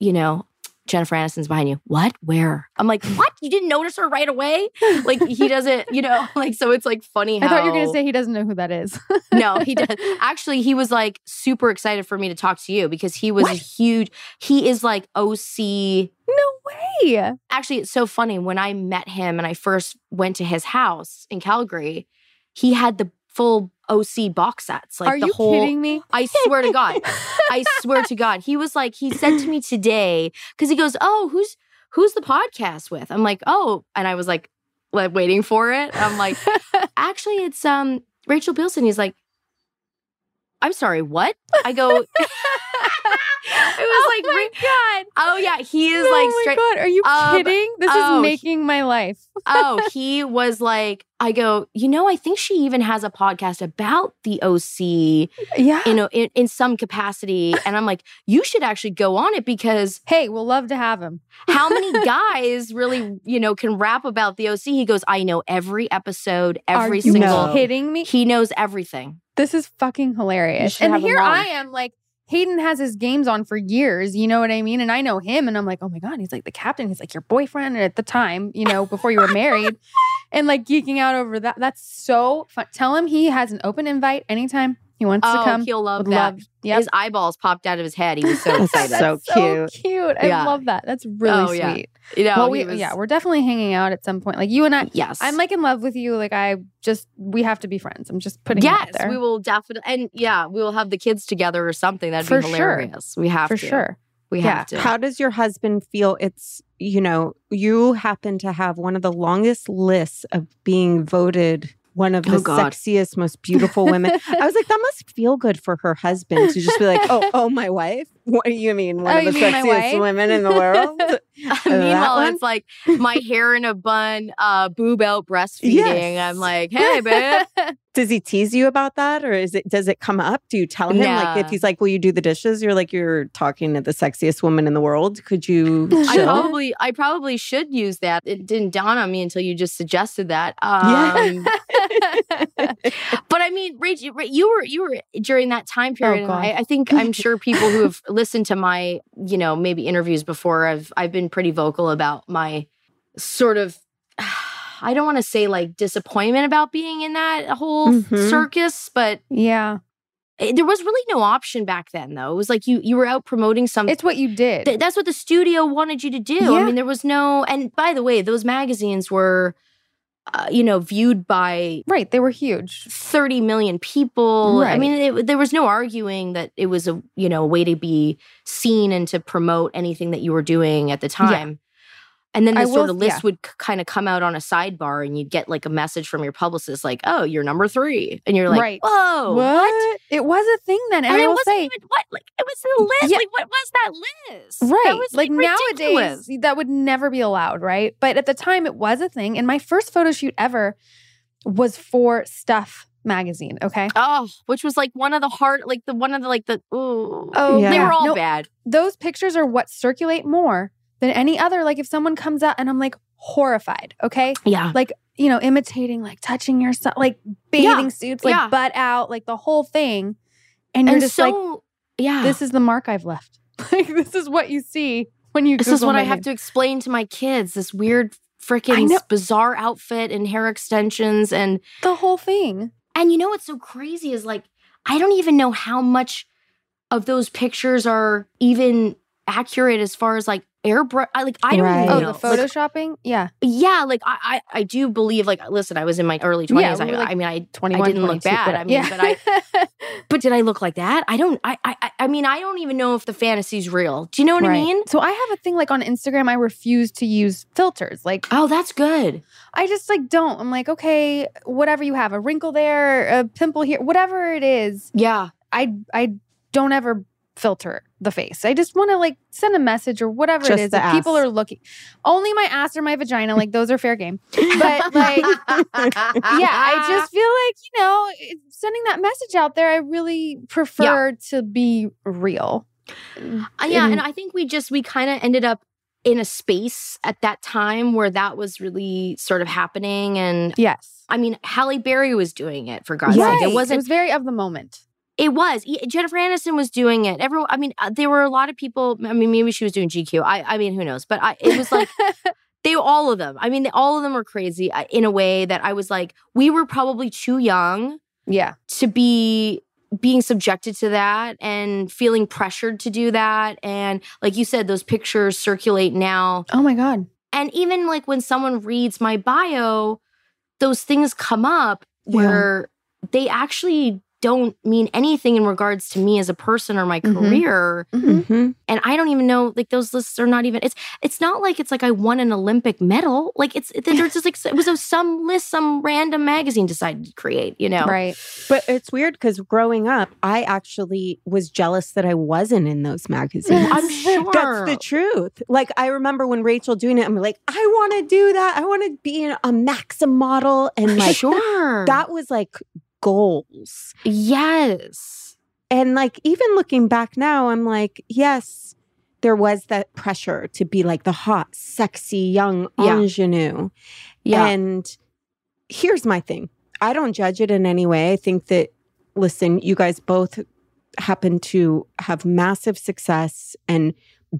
you know, Jennifer Aniston's behind you. What? Where? I'm like, what? You didn't notice her right away? Like he doesn't. You know, like so. It's like funny. How, I thought you were going to say he doesn't know who that is. no, he does. Actually, he was like super excited for me to talk to you because he was a huge. He is like OC no way. actually it's so funny when i met him and i first went to his house in calgary he had the full oc box sets like Are the you whole kidding me? i swear to god i swear to god he was like he said to me today because he goes oh who's who's the podcast with i'm like oh and i was like like waiting for it i'm like actually it's um rachel bilson he's like i'm sorry what i go it was oh like my Ra- god. oh yeah he is oh like my straight god. Are you Um, kidding? This oh, is he- making my life. oh, he was like, I go, you know, I think she even has a podcast about the OC, Yeah. you know, in, in some capacity. And I'm like, you should actually go on it because hey, we'll love to have him. how many guys really, you know, can rap about the OC? He goes, I know every episode, every Are you single. No. kidding me? He knows everything. This is fucking hilarious. should And have him here on. I am like Hayden has his games on for years, you know what I mean? And I know him and I'm like, "Oh my god, he's like the captain. He's like your boyfriend at the time, you know, before you were married." And like geeking out over that. That's so fun. Tell him he has an open invite anytime he wants to Oh, come. he'll love Would that. love. Yep. His eyeballs popped out of his head. He was so That's excited. so cute. cute. I Yeah. love that. That's really Oh, sweet. yeah. you know, well, he we was- yeah, we're definitely hanging out at some point. Like you and I, yes. I'm like in love with you. Like I just we have to be friends. I'm just putting yes, it out there we will definitely, and yeah, we will have the kids together or something. That'd For be sure. hilarious. We have for to. sure. We Yeah. have to. How does your husband feel? It's, you know, you happen to have one of the longest lists of being voted one of Oh, the God. sexiest, most beautiful women. I was like, that must feel good for her husband to just be like, oh, oh, my wife. What do you mean? One Oh, of the you mean my sexiest wife? women in the world? Meanwhile, one? it's like my hair in a bun, uh, boob out breastfeeding. Yes. I'm like, hey, babe. Does he tease you about that, or is it? Does it come up? Do you tell him like if Nah. he's like, "Will you do the dishes?" You're like, "You're talking to the sexiest woman in the world." Could you? I Sure. Chill? probably, I probably should use that. It didn't dawn on me until you just suggested that. Um, but I mean, Rach, you- you were, you were during that time period. and Oh, God. I, I think I'm sure people who have listened to my, you know, maybe interviews before, I've, I've been pretty vocal about my sort of. I don't want to say like disappointment about being in that whole Mm-hmm. Mhm. circus, but yeah, it- there was really no option back then though it was like you you were out promoting something it's what you did. Th- that's what the studio wanted you to do i Yeah. mean there was no and by the way those magazines were uh, you know viewed by right, they were huge. 30 million people i Right. mean it, there was no arguing that it was a you know a way to be seen and to promote anything that you were doing at the time And then I this sort will- of list yeah. would kind of come out on a sidebar, and you'd get like a message from your publicist, like, "Oh, you're number three. and you're like, Right. "Whoa, It was a thing then, and, Oh, and I it will wasn't say, even what like it was the list. Yeah. Like what was that list? That right, was, like ridiculous. nowadays that would never be allowed, right? But at the time, it was a thing. And my first photo shoot ever was for Stuff magazine. Okay, Oh, which was like one of the hard, like the one of the like the. Ooh. Oh, they yeah. were all No, bad. those pictures are what circulate more than any other. Like if someone comes out and I'm like horrified, okay? Yeah, You know, imitating, like touching yourself, like bathing suits, like yeah. butt out, like the whole thing. And you're and just so like, yeah, this is the mark I've left. Like this is what you see when you this is Google what my I have name. to explain to my kids. This weird, I freaking know. bizarre outfit and hair extensions, and the whole thing. and you know what's so crazy is like I don't even know how much of those pictures are even accurate as far as like airbrush. I like I don't Right. even Oh, know. the Like, photoshopping? yeah. yeah like I, I i do believe like listen i was in my early 20s Yeah, I, we were, like, I mean i 21. didn't look 22, bad. whatever. I mean, Yeah. but but did i look like that i don't i i, I mean i don't even know if the fantasy's real do you know what Right. i mean So I have a thing like on Instagram, I refuse to use filters. Like oh that's good I just like don't. I'm like, okay, whatever you have, a wrinkle there, a pimple here, whatever it is, yeah I I don't ever filter the face. I just want to like send a message or whatever Just it is the that people ass. are looking. Only my ass or my vagina, like those are fair game. But like yeah, I just feel like, you know, it- sending that message out there, I really prefer to be real. Uh, yeah, in- and I think we just we kind of ended up in a space at that time where that was really sort of happening and Yes. I mean Halle Berry was doing it for God's Right. sake. It it wasn't was very of the moment. it was. E- Jennifer Aniston was doing it. Everyone I mean uh, there were a lot of people I mean maybe she was doing GQ. I I mean who knows, but I it was like they all of them. I mean all of them were crazy uh, in a way that I was like we were probably too young yeah. to be being subjected to that and feeling pressured to do that and like you said those pictures circulate now Oh my god. and even like when someone reads my bio those things come up Yeah. where they actually don't mean anything in regards to me as a person or my Mm-hmm. Mhm. career Mhm. and i don't even know like those lists are not even it's it's not like it's like i won an olympic medal like it's they're just like it was a, some list some random magazine decided to create you know Right. But it's weird because growing up, I actually was jealous that I wasn't in those magazines. i'm sure That's the truth. Like I remember when Rachel doing it, I'm like, I want to do that. I want to be in a Maxim model, and like sure. that was like goals. yes. And like even looking back now, I'm like, yes, there was that pressure to be like the hot, sexy young Yeah. ingenue. Yeah. And here's my thing I don't judge it in any way. I think that, listen, you guys both happen to have massive success and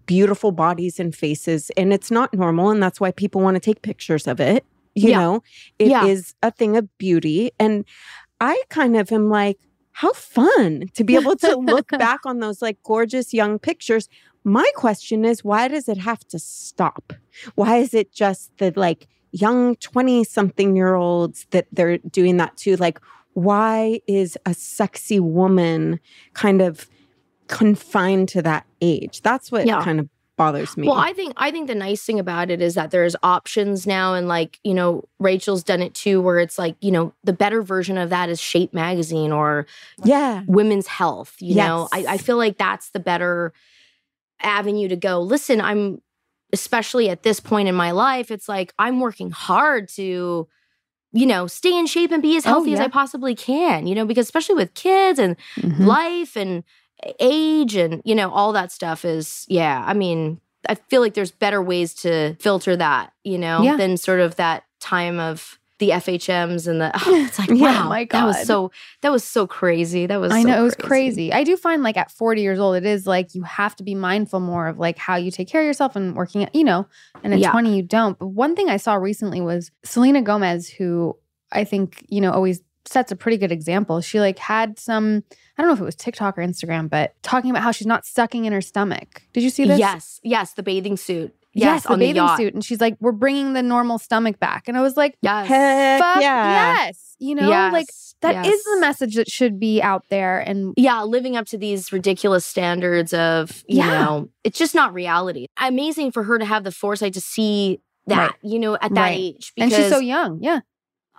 beautiful bodies and faces. And it's not normal. And that's why people want to take pictures of it. You Yeah. know, it is Yeah. a thing of beauty. And I kind of am like, how fun to be able to look back on those like gorgeous young pictures. My question is, why does it have to stop? Why is it just the like young 20 something year olds that they're doing that to? Like, why is a sexy woman kind of confined to that age? That's what Yeah. kind of bothers me. well, I think I think the nice thing about it is that there's options now and like, you know, Rachel's done it too where it's like, you know, the better version of that is Shape magazine or yeah. women's health, you know. I, Yes. I feel like that's the better avenue to go. Listen, I'm especially at this point in my life, it's like I'm working hard to you know, stay in shape and be as Oh, healthy as yeah. I possibly can, you know, because especially with kids and Mm-hmm. life and age and you know all that stuff is yeah i mean i feel like there's better ways to filter that you know Yeah. than sort of that time of the fhms and the oh, it's like Yeah, wow my that was God. so that was so crazy that was I so know it was crazy. I do find like at 40 years old, it is like you have to be mindful more of like how you take care of yourself and working, out, you know, and at Yeah. 20, you don't. But one thing I saw recently was Selena Gomez, who I think, you know, always sets a pretty good example. She like had some, I don't know if it was TikTok or Instagram, but talking about how she's not sucking in her stomach. Did you see this? yes yes the bathing suit yes, Yes, the on bathing the yacht suit. And she's like, we're bringing the normal stomach back. And I was like, yes Heck fuck yeah. yes. You know, like Yes, that is the yes. message that should be out there. And yeah, living up to these ridiculous standards of, you Yeah. know, it's just not reality. Amazing for her to have the foresight to see that, Right. you know, at that Right. age. and Because, she's so young. Yeah.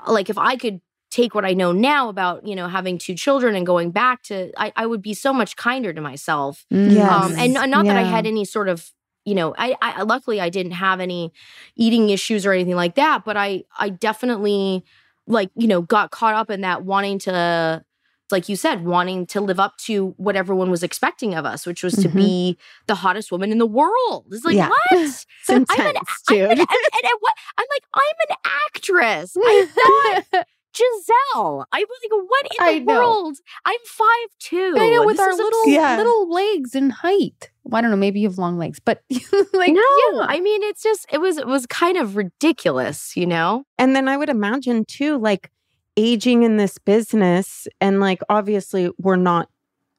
like, if I could take what I know now about, you know, having two children and going back to, I, I would be so much kinder to myself. Yes. Um, and n- not that I Yeah. had any sort of, you know, I, I luckily I didn't have any eating issues or anything like that, but I, I definitely, like, you know, got caught up in that wanting to like you said, wanting to live up to what everyone was expecting of us, which was to Mhm. be the hottest woman in the world. It's like Yeah. what? It's intense, I'm an, dude. and, and at what? I'm like, I'm an actress. I'm not Giselle. I was like, what in the I know. world? I'm five two. I know with our little Yeah. little legs and height. Well, I don't know. Maybe you have long legs, but like no, yeah. I mean it's just it was it was kind of ridiculous, you know. And then I would imagine too, like aging in this business, and like obviously we're not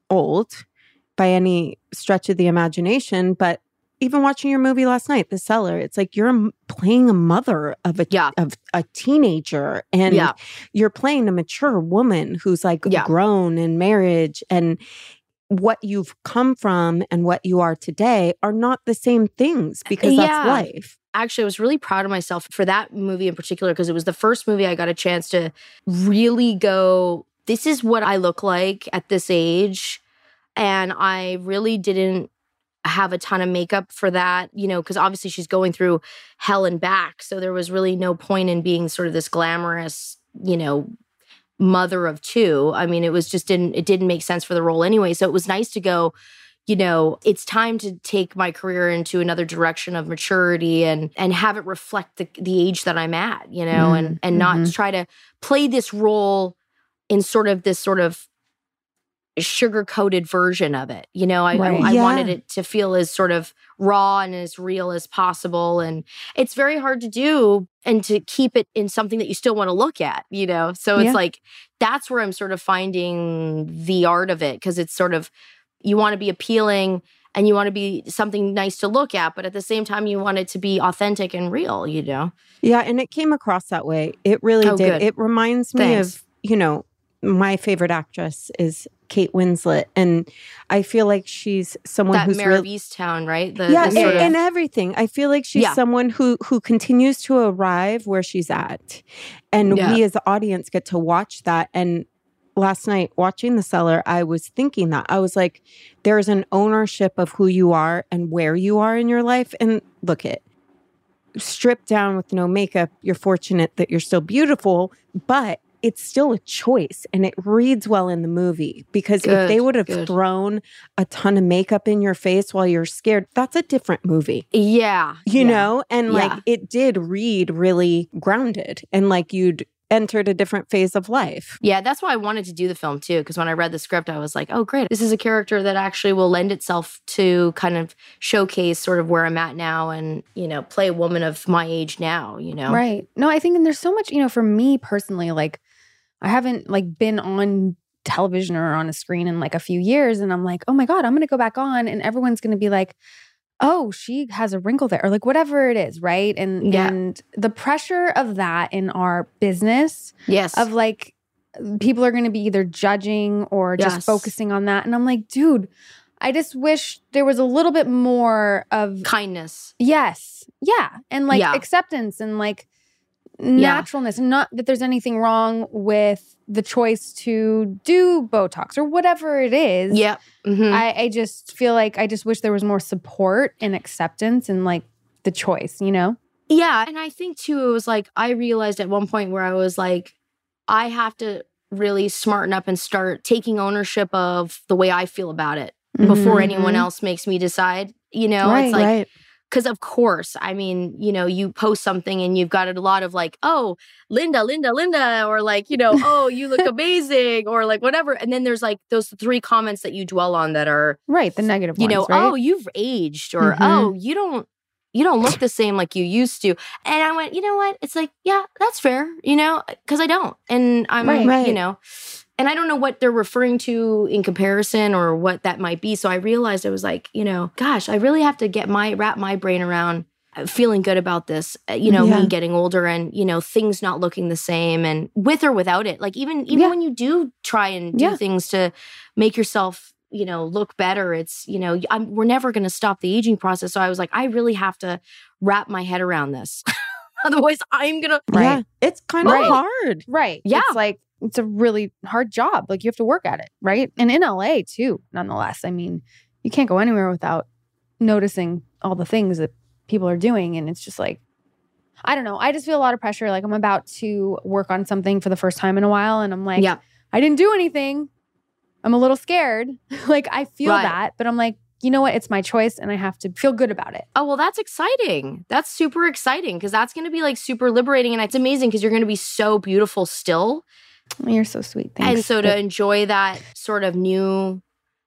old by any stretch of the imagination, but even watching your movie last night, The Seller, it's like you're m- playing a mother of a Yeah. of a teenager, and Yeah. you're playing a mature woman who's like Yeah. grown in marriage and. What you've come from and what you are today are not the same things because that's Yeah. life. actually I was really proud of myself for that movie in particular because it was the first movie I got a chance to really go this is what I look like at this age And I really didn't have a ton of makeup for that, you know, because obviously she's going through hell and back. So there was really no point in being sort of this glamorous, you know, mother of two. I mean, it was just didn't it didn't make sense for the role anyway. So it was nice to go, you know, it's time to take my career into another direction of maturity and and have it reflect the the age that I'm at, you know, Mm, and and not mhm. try to play this role in sort of this sort of sugar coated version of it. You know, I, I- Right. I, Yeah. wanted it to feel as sort of raw and as real as possible. And it's very hard to do and to keep it in something that you still want to look at, you know? So it's Yeah. like, that's where I'm sort of finding the art of it because it's sort of, you want to be appealing and you want to be something nice to look at, but at the same time, you want it to be authentic and real, you know? Yeah, and it came across that way. It really Oh, did. good. It reminds me Thanks. of, you know, my favorite actress is Kate Winslet. And I feel like she's someone that who's Mayor real- of Easttown, right? The, yeah, the and, sort of- and everything. I feel like she's Yeah. someone who who continues to arrive where she's at, and Yeah. we as the audience get to watch that. And last night watching the cellar, I was thinking that I was like, there's an ownership of who you are and where you are in your life. And look it, stripped down with no makeup. You're fortunate that you're still beautiful, but. It's still a choice and it reads well in the movie because if Good, they would have good. thrown a ton of makeup in your face while you're scared, that's a different movie. yeah. You yeah. know? And like Yeah. it did read really grounded and like you'd entered a different phase of life. Yeah, that's why I wanted to do the film too. Because when I read the script, I was like, oh, great. This is a character that actually will lend itself to kind of showcase sort of where I'm at now and, you know, play a woman of my age now, you know? Right. No, I think and there's so much, you know, for me personally, like I haven't like been on television or on a screen in like a few years and I'm like, "Oh my god, I'm going to go back on and everyone's going to be like, "Oh, she has a wrinkle there." Or like whatever it is, right? And Yeah. and the pressure of that in our business Yes. of like people are going to be either judging or just Yes. focusing on that and I'm like, "Dude, I just wish there was a little bit more of kindness. Yes. Yeah. And like Yeah. acceptance and like Yeah. naturalness. And not that there's anything wrong with the choice to do Botox or whatever it is. Yep. Mhm. I, I just feel like I just wish there was more support and acceptance and like the choice, you know? Yeah. And I think too, it was like, I realized at one point where I was like, I have to really smarten up and start taking ownership of the way I feel about it before anyone Mhm. else makes me decide. You know, Right, it's like, right. because of course i mean you know you post something and you've got a lot of like oh linda linda linda or like you know oh you look amazing or like whatever and then there's like those three comments that you dwell on that are Right. The negative you know ones, right? oh you've aged or Mhm. oh you don't you don't look the same like you used to and i went you know what it's like yeah that's fair you know because i don't and i'm Right. Right. you know and i don't know what they're referring to in comparison or what that might be so i realized i was like you know gosh i really have to get my wrap my brain around uh, feeling good about this uh, you know Yeah. me getting older and you know things not looking the same and with or without it like even even Yeah. when you do try and do Yeah. things to make yourself you know look better it's you know I'm, we're never going to stop the aging process so i was like i really have to wrap my head around this otherwise i'm going to Right. Yeah. It's kind of Right. hard. Right. Yeah. It's like it's a really hard job. Like you have to work at it, right? And in LA too, nonetheless. I mean, you can't go anywhere without noticing all the things that people are doing. And it's just like, I don't know. I just feel a lot of pressure. Like I'm about to work on something for the first time in a while. And I'm like, yeah I didn't do anything. I'm a little scared. like I feel Right. that, but I'm like, you know what? It's my choice and I have to feel good about it. Oh, well, that's exciting. That's super exciting because that's going to be like super liberating. And it's amazing because you're going to be so beautiful still. You're so sweet. And Thanks. so to But- enjoy that sort of new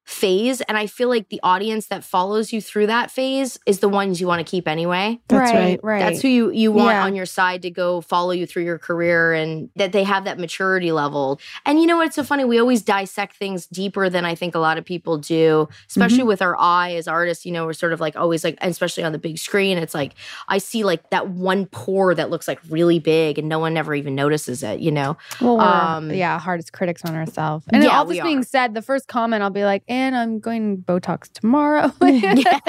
phase. And I feel like the audience that follows you through that phase is the ones you want to keep anyway. That's right, right. right. That's who you, you want Yeah. on your side to go follow you through your career and that they have that maturity level. And you know what? It's so funny. We always dissect things deeper than I think a lot of people do, especially Mm-hmm. with our eye as artists. You know, we're sort of like always like, and especially on the big screen, it's like I see like that one pore that looks like really big and no one ever even notices it, you know? Well, we're, Um, yeah, hardest critics on ourselves. And Yeah, all we this being are. said, the first comment I'll be like, "And I'm going Botox tomorrow." yeah,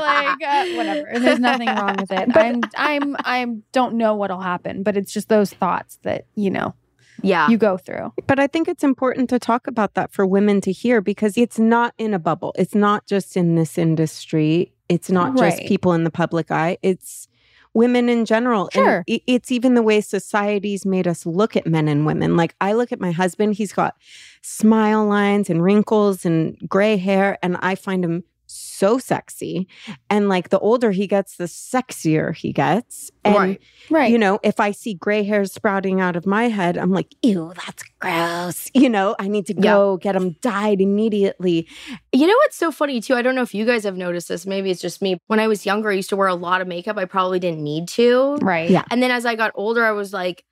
like uh, whatever. There's nothing wrong with it. I'm, I'm, I don't know what'll happen, but it's just those thoughts that you know Yeah. you go through. But I think it's important to talk about that for women to hear because it's not in a bubble. It's not just in this industry. It's not just Right. people in the public eye. It's women in general. Sure. And i- it's even the way society's made us look at men and women. Like I look at my husband, he's got smile lines and wrinkles and gray hair, and I find him so sexy. And like the older he gets, the sexier he gets. And Right. Right. you know, if I see gray hairs sprouting out of my head, I'm like, ew, that's gross. You know, I need to Yeah. go get them dyed immediately. You know what's so funny too? I don't know if you guys have noticed this. Maybe it's just me. When I was younger, I used to wear a lot of makeup. I probably didn't need to. right. Yeah. And then as I got older, I was like,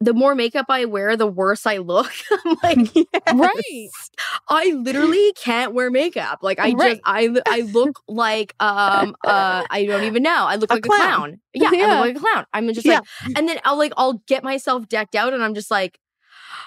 the more makeup I wear, the worse I look. I'm like, Right. I literally can't wear makeup. Like I Right. just I I look like um uh I don't even know. I look A like clown. a clown. Yeah, Yeah. I look like a clown. I'm just like and then I'll like I'll get myself decked out and I'm just like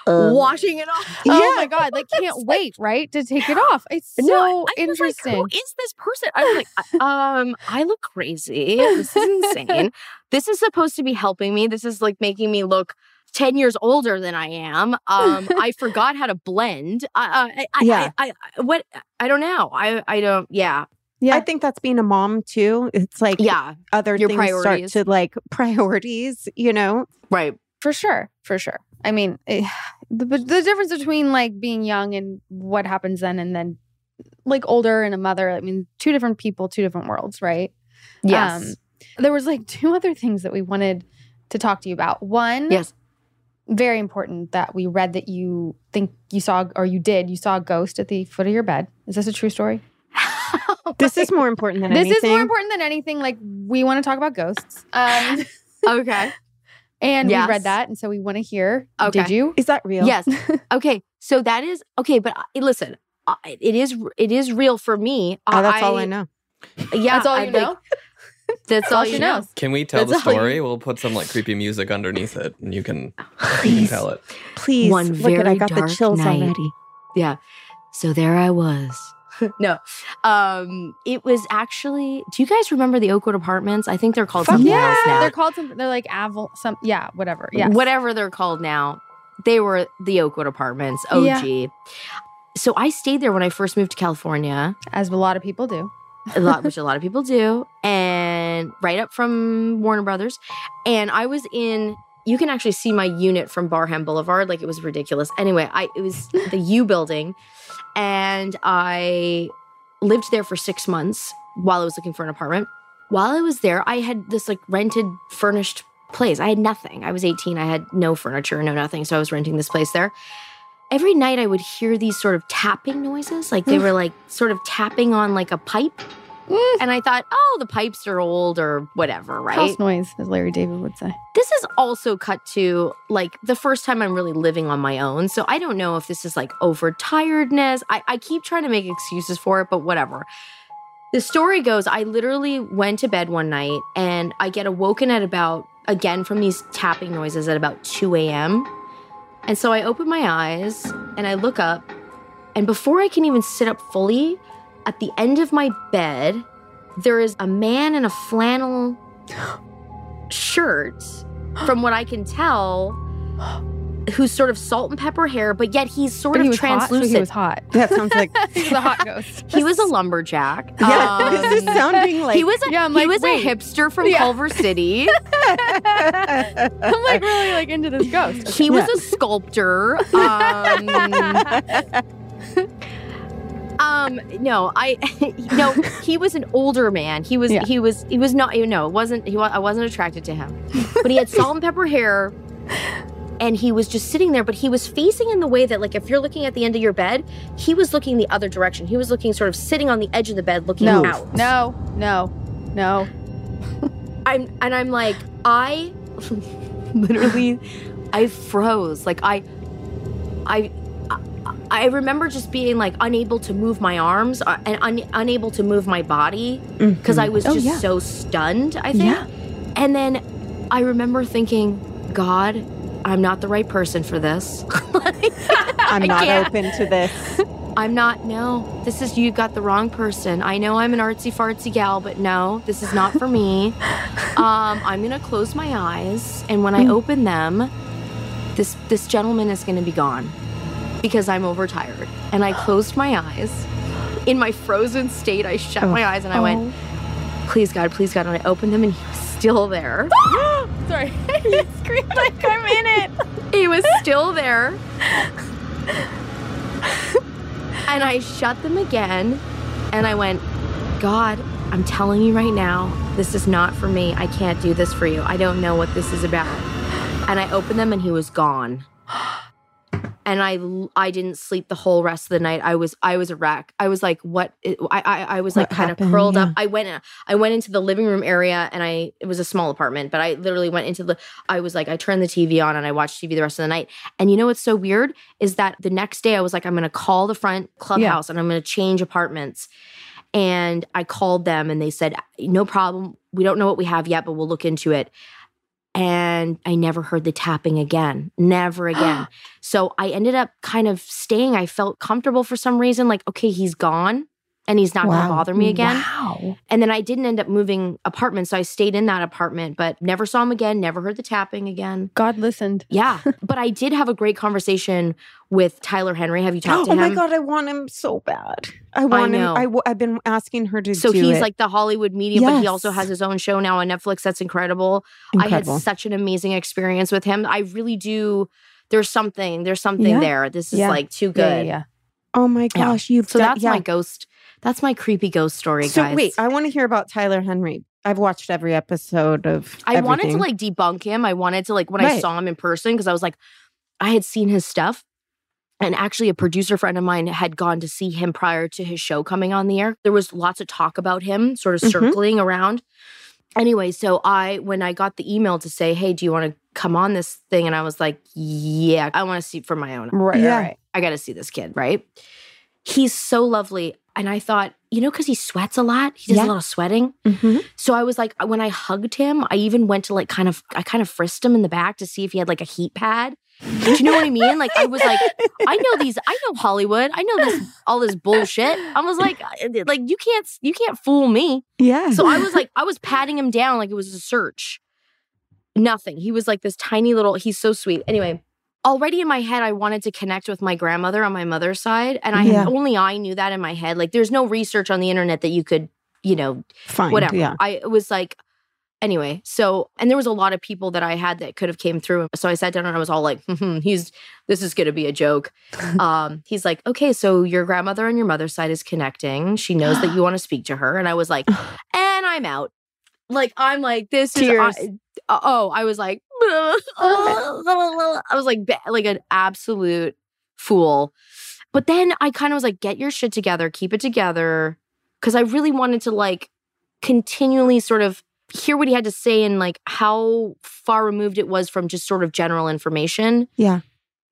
Um, washing it off. Oh my god! Like It's can't like- wait, right, to take it off. It's so No, I was like, interesting. Who is this person? I was like, I- um, I look crazy. This is insane. this is supposed to be helping me. This is like making me look 10 years older than I am. Um, I forgot how to blend. I, I, I, Yeah. I, I, I- what, I don't know. I, I don't, yeah. yeah. I think that's being a mom too. It's like Yeah. other your things priorities. start to like priorities, you know? Right. For sure, for sure. I mean, eh, the, but the difference between like being young and what happens then, and then like older and a mother. I mean, two different people, two different worlds, right? Um, Yes. There was like two other things that we wanted to talk to you about. One, yes. very important that we read that you think you saw or you did you saw a ghost at the foot of your bed. Is this a true story? This is more important than this anything. is more important than anything. Like we want to talk about ghosts. Um, okay. and Yes. we read that, and so we want to hear. Did Okay. you? Is that real? Yes. Okay. So that is, okay. But I, listen, I, it is, it is real for me. Oh, that's all I know. Yeah. That's all I you like- know. That's all she you know. knows. Can we tell That's the all you- story? We'll put some like creepy music underneath it, and you can, you can Please. tell it. Please. One look at I very got the dark chills night. already. So there I was. no. Um, it was actually, do you guys remember the Oakwood apartments? I think they're called Fuck something yeah. else now. They're called something. They're like Aval. Some yeah, whatever. Yeah, Whatever they're called now. They were the Oakwood apartments, OG. So I stayed there when I first moved to California, as a lot of people do. a lot, which a lot of people do, and right up from Warner Brothers. And I was in, you can actually see my unit from Barham Boulevard. Like it was ridiculous. Anyway, I it was the U building, and I lived there for six months while I was looking for an apartment. While I was there, I had this like rented furnished place. I had nothing. I was 18. I had no furniture, no nothing. So I was renting this place there. Every night I would hear these sort of tapping noises. Like they were like sort of tapping on like a pipe. Mm. And I thought, oh, the pipes are old or whatever, right? House noise, as Larry David would say. this is also cut to like the first time I'm really living on my own. So I don't know if this is like overtiredness. I, I keep trying to make excuses for it, but whatever. The story goes I literally went to bed one night and I get awoken at about, again, from these tapping noises at about 2 a.m. And so I open my eyes and I look up. And before I can even sit up fully, at the end of my bed, there is a man in a flannel shirt, from what I can tell, who's sort of salt and pepper hair, but yet he's sort But of he was hot. So translucent. he was hot. That sounds like He was a hot ghost. he, was a lumberjack. Yeah, Um, this is sounding like he was a, Yeah, I'm he like, was wait. a hipster from Yeah. Culver City. I'm like really like into this ghost. He was a sculptor. Um, Um, no, I no, he was an older man. He was Yeah. he was he was not you know, it wasn't he wa- I wasn't attracted to him. But he had salt and pepper hair and he was just sitting there, but he was facing in the way that like if you're looking at the end of your bed, he was looking the other direction. He was looking sort of sitting on the edge of the bed looking No, out. no, no, no. I'm and I'm like I literally I froze like I I I remember just being like unable to move my arms uh, and un- unable to move my body because Mm-hmm. I was Oh, just yeah. so stunned, I think. Yeah. And then I remember thinking, God, I'm not the right person for this. I'm I not can't. open to this. I'm not, no, this is, you got the wrong person. I know I'm an artsy fartsy gal, but no, this is not for Mm. me. um, I'm going to close my eyes. And when I open them, This this gentleman is going to be gone because I'm overtired." And I closed my eyes. In my frozen state, I shut Oh. my eyes and I went, "Please God, please God." And I opened them and he was still there. Sorry. I screamed like I'm in it. He was still there. and I shut them again and I went, God, I'm telling you right now, this is not for me. I can't do this for you. I don't know what this is about. And I opened them and he was gone. And I, I didn't sleep the whole rest of the night. I was, I was a wreck. I was like, what? I, I, I was What like kind of happened? curled Yeah. up. I went, I went into the living room area, and I, it was a small apartment, but I literally went into the. I was like, I turned the TV on and I watched TV the rest of the night. And you know what's so weird is that the next day I was like, I'm going to call the front clubhouse and I'm going to change apartments. And I called them and they said, No problem. We don't know what we have yet, but we'll look into it. And I never heard the tapping again, never again. so I ended up kind of staying. I felt comfortable for some reason, like, okay, he's gone and he's not going to Wow. bother me again. Wow. And then I didn't end up moving apartments. So I stayed in that apartment, but never saw him again, never heard the tapping again. God listened. Yeah. but I did have a great conversation with Tyler Henry. Have you talked to oh him? my god, I want him so bad. I want him. know. I w- I've been asking her to. So do he's it. like the Hollywood medium, but he also Yes. has his own show now on Netflix. That's incredible. I incredible. had such an amazing experience with him. I really do. There's something, there's something Yeah. there. This is Yeah. like too Yeah, yeah, good. yeah. oh my Yeah. gosh, you've So done, that's yeah. my ghost. That's my creepy ghost story, so guys. wait, I want to hear about Tyler Henry. I've watched every episode of. I wanted to everything. like debunk him. I wanted to like when I Right. saw him in person because I was like, I had seen his stuff. And actually, a producer friend of mine had gone to see him prior to his show coming on the air. There was lots of talk about him, sort of Mhm. circling around. Anyway, so I, when I got the email to say, hey, do you want to come on this thing? And I was like, yeah, I want to see it for my own Right, Yeah. right. I got to see this kid, right? He's so lovely. And I thought, you know, because he sweats a lot, he does Yeah. a lot of sweating. Mhm. So I was like, when I hugged him, I even went to like kind of, I kind of frisked him in the back to see if he had like a heat pad. Do you know what I mean? Like, I was like, I know these, I know Hollywood, I know this, all this bullshit. I was like, I- like you can't, you can't fool me. yeah. So I was like, I was patting him down like it was a search. Nothing. He was like this tiny little, he's so sweet. Anyway, already in my head, I wanted to connect with my grandmother on my mother's side. And I Yeah. only I knew that in my head. Like there's no research on the internet that you could, you know, fine. whatever. Yeah. I was like, anyway, so and there was a lot of people that I had that could have came through. So I sat down and I was all like, hmm he's this is gonna be a joke. um, he's like, okay, so your grandmother on your mother's side is connecting. She knows that you want to speak to her. And I was like, and I'm out. Like I'm like this Tears. is I- oh I was like I was like ba- like an absolute fool. But then I kind of was like get your shit together, keep it together cuz I really wanted to like continually sort of hear what he had to say and like how far removed it was from just sort of general information. Yeah.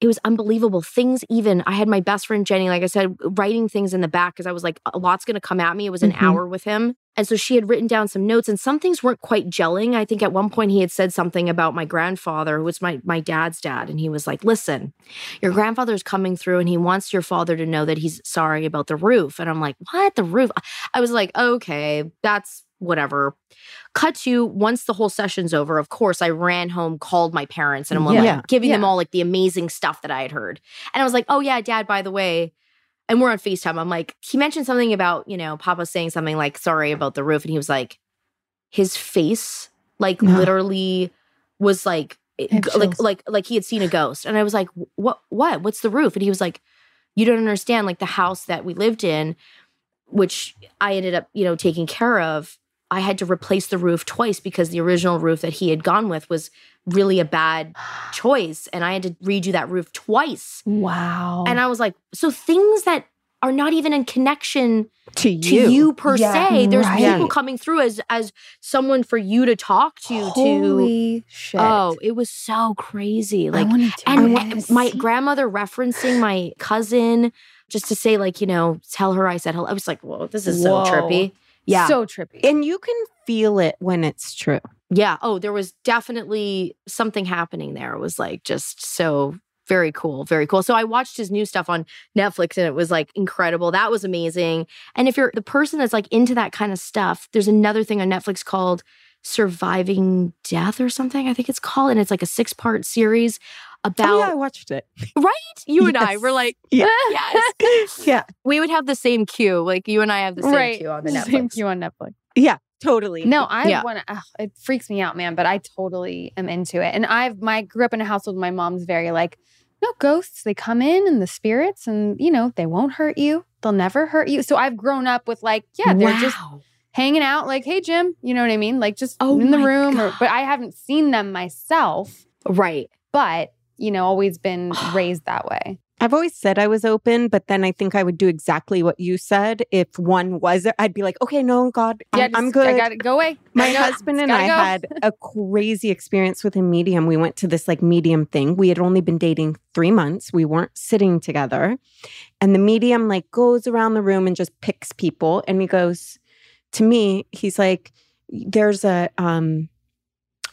It was unbelievable. Things even I had my best friend Jenny, like I said, writing things in the back because I was like, a lot's gonna come at me. It was an Mhm. hour with him. And so she had written down some notes and some things weren't quite gelling. I think at one point he had said something about my grandfather, who was my my dad's dad, and he was like, Listen, your grandfather's coming through and he wants your father to know that he's sorry about the roof. And I'm like, What? The roof? I was like, okay, that's whatever. Cut to once the whole session's over, of course, I ran home, called my parents, and I'm Yeah. like giving them Yeah. all like the amazing stuff that I had heard. And I was like, oh yeah, dad, by the way. And we're on FaceTime. I'm like, he mentioned something about, you know, Papa saying something like, sorry about the roof. And he was like, his face, like Yeah. literally was like, it- Have g- like, chills. like, like he had seen a ghost. And I was like, what, what, what's the roof? And he was like, you don't understand. Like the house that we lived in, which I ended up, you know, taking care of, I had to replace the roof twice because the original roof that he had gone with was really a bad choice. And I had to redo that roof twice. Wow. And I was like, so things that are not even in connection To to you. you, per Yeah, se, there's right. people coming through as as someone for you to talk to. to Holy shit. oh, it was so crazy. Like I wanna do and it. and my grandmother referencing my cousin just to say like you know tell her i said hello i was like whoa this is Whoa. so trippy yeah So trippy. And you can feel it when it's true. yeah oh there was definitely something happening there it was like just so very cool very cool so i watched his new stuff on netflix and it was like incredible that was amazing and if you're the person that's like into that kind of stuff there's another thing on netflix called surviving death or something i think it's called and it's like a six part series about oh, yeah, I watched it. right. You and I were Yes. like, Yeah. yes, yeah, we would have the same cue. Like you and I have the same right. cue on the Netflix. Same queue on Netflix. totally. No, I Yeah. want to. It freaks me out, man. But I totally am into it. And I've my grew up in a household. My mom's very like, no ghosts. They come in and the spirits, and you know they won't hurt you. They'll never hurt you. So I've grown up with like, yeah, they're just Wow. hanging out. Like, hey Jim, you know what I mean? Like just Oh in the my room. Or, God. but I haven't seen them myself. right. But you know, always been raised that way. I've always said I was open, but then I think I would do exactly what you said. If one was, I'd be like, okay, no, God, I'm, Yeah, I'm just- good. I got to go away. My Gotta go. husband and I Gotta go. had a crazy experience with a medium. We went to this like medium thing. We had only been dating three months. We weren't sitting together. And the medium like goes around the room and just picks people. And he goes to me, he's like, there's a um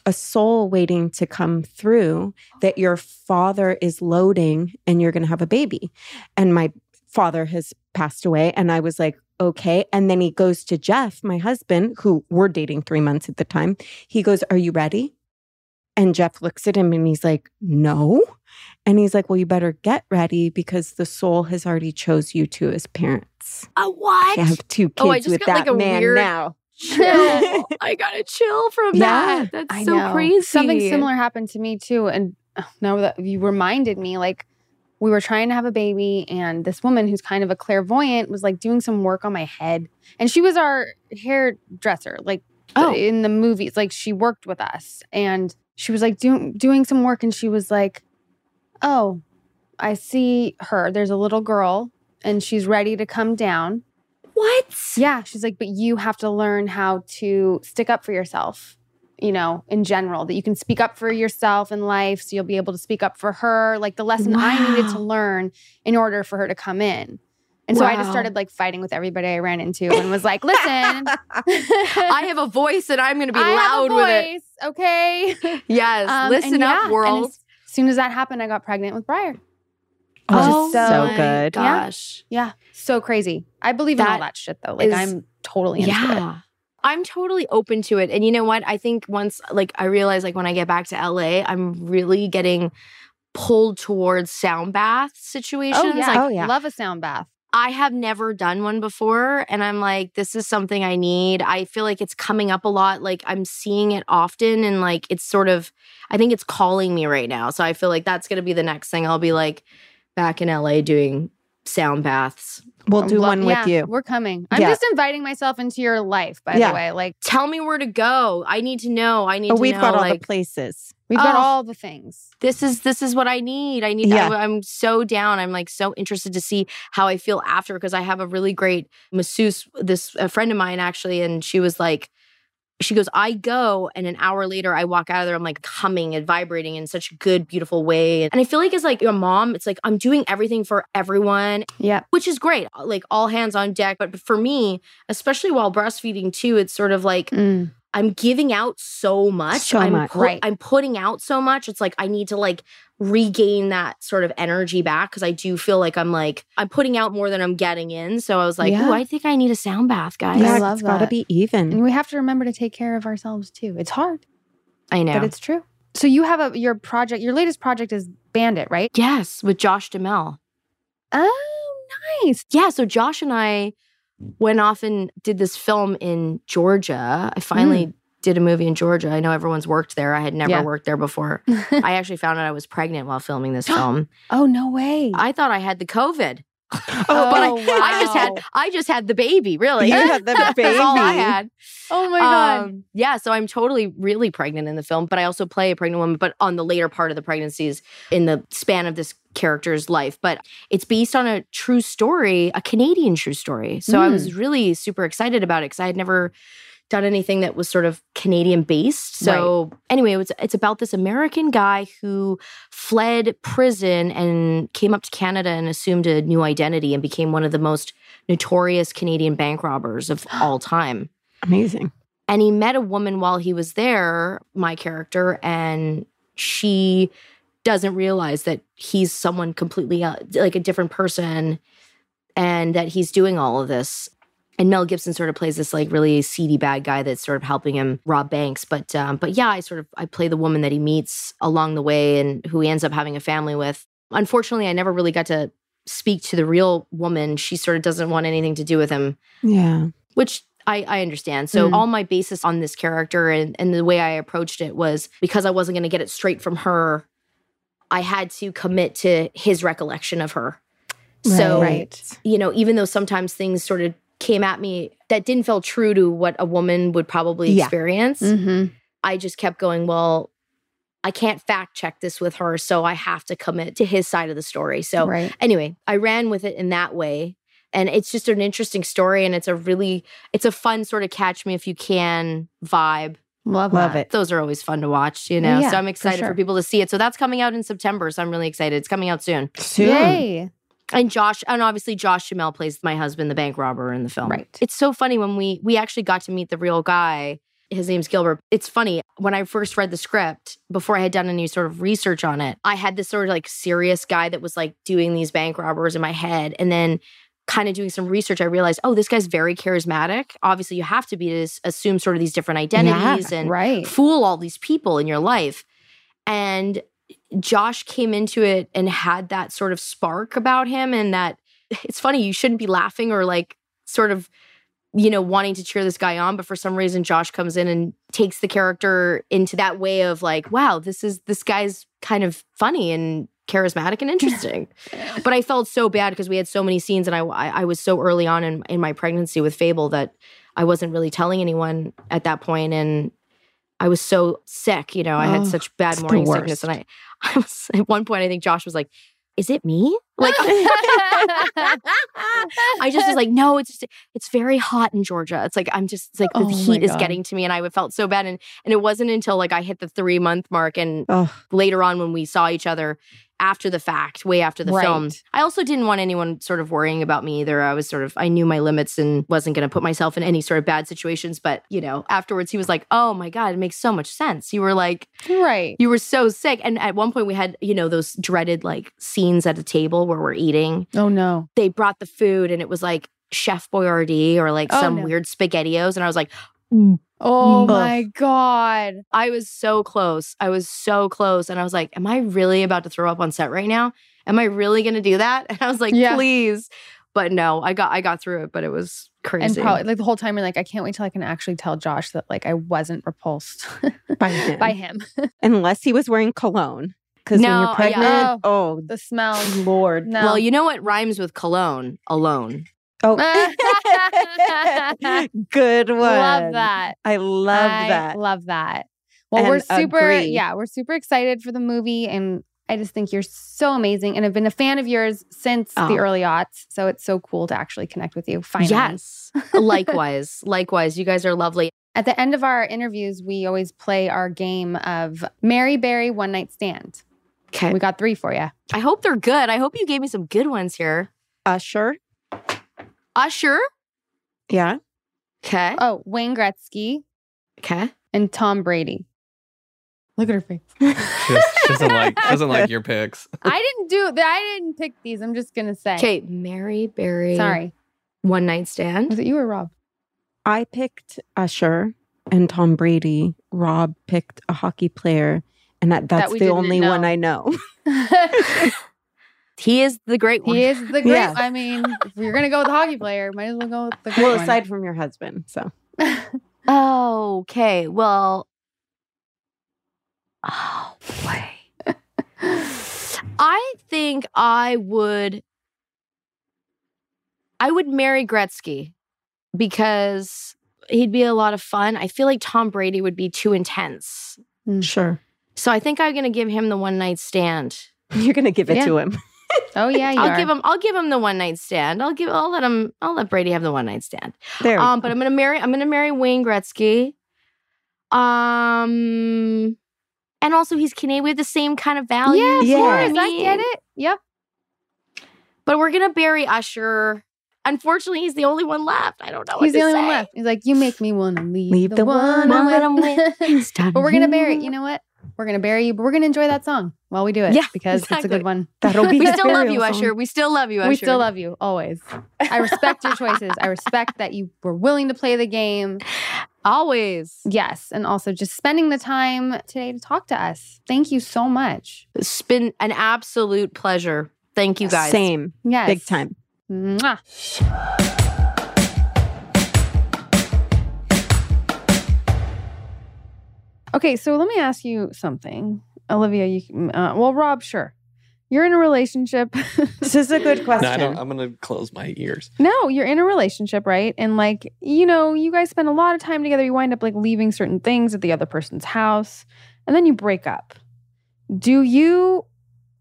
a soul waiting to come through that your father is loading and you're gonna have a baby. And my father has passed away. And I was like, okay. And then he goes to Jeff, my husband, who we're dating three months at the time. He goes, Are you ready? And Jeff looks at him and he's like, No. And he's like, Well, you better get ready because the soul has already chose you two as parents. A what? I have two kids Oh, I just with got, like, that a man weird- now. Chill. I got a chill from Yeah. that. That's I so know. crazy. Something similar happened to me too. And uh, now that you reminded me, like we were trying to have a baby, and this woman who's kind of a clairvoyant was like doing some work on my head. And she was our hairdresser, like Oh. in the movies. Like she worked with us and she was like doing doing some work and she was like, Oh, I see her. There's a little girl and she's ready to come down. What? Yeah, she's like, but you have to learn how to stick up for yourself, you know, in general, that you can speak up for yourself in life. So you'll be able to speak up for her. Like the lesson I needed to Wow. learn in order for her to come in. And so I just Wow. started like fighting with everybody I ran into and was like, listen, I I have a voice and I'm going to be loud have a with it. voice, okay? Yes. Um, Listen and yeah, up, and world. as soon as that happened, I got pregnant with Briar. Oh, Which is so Oh my good. Yeah. Gosh. Yeah, so crazy. I believe in all That that shit though. Like is- I'm totally into it. I'm totally open to it. And you know what? I think once like I realize like when I get back to LA, I'm really getting pulled towards sound bath situations. Oh yeah. Like, Oh, yeah. love a sound bath. I have never done one before. And I'm like, this is something I need. I feel like it's coming up a lot. Like I'm seeing it often. And like, it's sort of, I think it's calling me right now. So I feel like that's going to be the next thing. I'll be like back in LA doing sound baths. We'll do Lo- one with yeah, you. We're coming. I'm Yeah. just inviting myself into your life, by Yeah. the way. Like Tell me where to go. I need to know. I need Oh, to we've know. got all like, the places. we've got Oh. all the things. this is this is what I need. I need. Yeah. I, am so down. I'm like so interested to see how I feel after because I have a really great masseuse. This a friend of mine actually, and she was like, she goes, I go, and an hour later I walk out of there. I'm like humming and vibrating in such a good, beautiful way. And I feel like as like a mom, it's like I'm doing everything for everyone, Yeah. which is great. Like all hands on deck. But for me, especially while breastfeeding too, it's sort of like I'm giving out so much. So I'm much. pu- Right. I'm putting out so much. It's like I need to like regain that sort of energy back because I do feel like I'm like I'm putting out more than I'm getting in. So I was like, Yeah. oh, I think I need a sound bath, guys. Yeah. Yeah, love it's got to that. be even. And we have to remember to take care of ourselves too. It's hard, I know. but it's true. So you have a your project, your latest project is Bandit, right? yes, with Josh Demel. Oh, nice. Yeah. So Josh and I went off and did this film in Georgia. I finally did a movie in Georgia. I know everyone's worked there. I had never Hmm. Yeah. worked there before. I actually found out I was pregnant while filming this film. oh, no way. I thought I had the COVID. Oh, but I, wow. I just had I just had the baby, really. You had the That's all I baby. had. Oh my god. Um, yeah, so I'm totally really pregnant in the film, but I also play a pregnant woman, but on the later part of the pregnancies in the span of this character's life. But it's based on a true story, a Canadian true story. So I Hmm. was really super excited about it because I had never done anything that was sort of Canadian based. So anyway, it's it's about this American guy who fled prison and came up to Canada and assumed a new identity and became one of the most notorious Canadian bank robbers of all time. Amazing. And he met a woman while he was there, my character, and she doesn't realize that he's someone completely uh, like a different person and that he's doing all of this. And Mel Gibson sort of plays this like really seedy bad guy that's sort of helping him rob banks. But um, but yeah, I sort of I play the woman that he meets along the way and who he ends up having a family with. Unfortunately, I never really got to speak to the real woman. She sort of doesn't want anything to do with him Yeah. which I, I understand. So Mm. all my basis on this character and, and the way I approached it was because I wasn't going to get it straight from her, I had to commit to his recollection of her. So, Right. you know, even though sometimes things sort of came at me that didn't feel true to what a woman would probably Yeah. experience, Mm-hmm. I just kept going, well, I can't fact check this with her. So I have to commit to his side of the story. So Right. anyway i ran with it in that way and it's just an interesting story and it's a really it's a fun sort of catch me if you can vibe Love, Love that. it. those are always fun to watch you know Yeah, so i'm excited for, sure. people to see it so that's coming out in september so i'm really excited it's coming out soon Soon. Yay. and josh and obviously josh chamel plays my husband the bank robber in the film Right. it's so funny when we we actually got to meet the real guy his name's Gilbert. It's funny. When I first read the script, before I had done any sort of research on it, I had this sort of like serious guy that was like doing these bank robbers in my head. And then kind of doing some research, I realized, oh, this guy's very charismatic. Obviously, you have to be to s- assume sort of these different identities and Right. fool all these people in your life. And Josh came into it and had that sort of spark about him, and that it's funny, you shouldn't be laughing or like sort of, you know, wanting to cheer this guy on. But for some reason, Josh comes in and takes the character into that way of like, wow, this is this guy's kind of funny and charismatic and interesting. but I felt so bad because we had so many scenes, and I, I, I was so early on in, in my pregnancy with Fable that I wasn't really telling anyone at that point, and I was so sick. You know, I Oh, had such bad it's the morning sickness, worst. and I, I was at one point. I think Josh was like, "Is it me?" Like, I just was like, "No, it's just, it's very hot in Georgia. It's like I'm just it's like Oh the my heat is God. getting to me," and I felt so bad. And and it wasn't until like I hit the three month mark and Uh. Oh, later on when we saw each other after the fact, way after the Right. film. I also didn't want anyone sort of worrying about me either. I was sort of, I knew my limits and wasn't going to put myself in any sort of bad situations. But, you know, afterwards he was like, oh my God, it makes so much sense. You were like, Right. you were so sick. And at one point we had, you know, those dreaded like scenes at a table where we're eating. Oh no. They brought the food and it was like Chef Boyardee or like Oh, some no. weird spaghettios. And I was like, Oh Mm. my god. I was so close. I was so close. And I was like, Am I really about to throw up on set right now? Am I really gonna do that? And I was like, Yeah. please. But no, I got I got through it, but it was crazy. And probably like the whole time you're like, I can't wait till I can actually tell Josh that like I wasn't repulsed by him. by him. Unless he was wearing cologne. Because when No, you're yeah. pregnant, oh, The smell. Lord. No. Well, you know what rhymes with cologne? Alone. Oh, good one. love that. I love I that. Love that. Well, we're And super agree. yeah, we're super excited for the movie and I just think you're so amazing and I've been a fan of yours since Oh. the early aughts. So it's so cool to actually connect with you finally. Yes. likewise. Likewise. You guys are lovely. At the end of our interviews, we always play our game of Mary Berry One Night Stand. Okay. We got three for you. I hope they're good. I hope you gave me some good ones here. Usher. Usher. Yeah. Okay. Oh, Wayne Gretzky Okay. and Tom Brady. Look at her face. She, just, she doesn't like she doesn't like your picks. I didn't do that. I didn't pick these. I'm just gonna say. Okay. Mary Berry. Sorry. One night stand. Was it you or Rob? I picked Usher and Tom Brady. Rob picked a hockey player. And that, that's we the didn't only one know. I know. he He is the great one. is the great. Yeah. I mean, if you're gonna go with the hockey player, might as well go with the great well, one. aside from your husband. So Oh, okay. Well, oh boy. I think I would I would marry Gretzky because he'd be a lot of fun. I feel like Tom Brady would be too intense. sure. So I think I'm going to give him the one night stand. You're going to give it Yeah. to him. oh yeah, you I'll are. give him I'll give him the one night stand. I'll give I'll let him I'll let Brady have the one night stand. There. Um, but I'm gonna marry. I'm gonna marry Wayne Gretzky. Um, and also he's Canadian. We have the same kind of values. yeah, of Yeah. course. I get it. Yep. But we're gonna bury Usher. Unfortunately, he's the only one left. I don't know. He's what the to only one say. left. He's like, you make me wanna leave, Leave the one I'm that I'm with. with. but we're gonna bury it. You know what? We're gonna bury you, but we're gonna enjoy that song while we do it. Yeah, because it's a exactly. good one. That'll be We the still love burial you, song. Usher. We still love you, Usher. We still love you always. I respect your choices. I respect that you were willing to play the game. always. Yes, and also just spending the time today to talk to us. Thank you so much. It's been an absolute pleasure. Thank you guys. Same. Yes, Big time. Mwah. Okay, so let me ask you something, Olivia. You, can- uh, well, Rob, sure, you're in a relationship. This is a good question. No, I don't, um I'm gonna close my ears. No, you're in a relationship, right? And like, you know, you guys spend a lot of time together. You wind up like leaving certain things at the other person's house and then you break up. Do you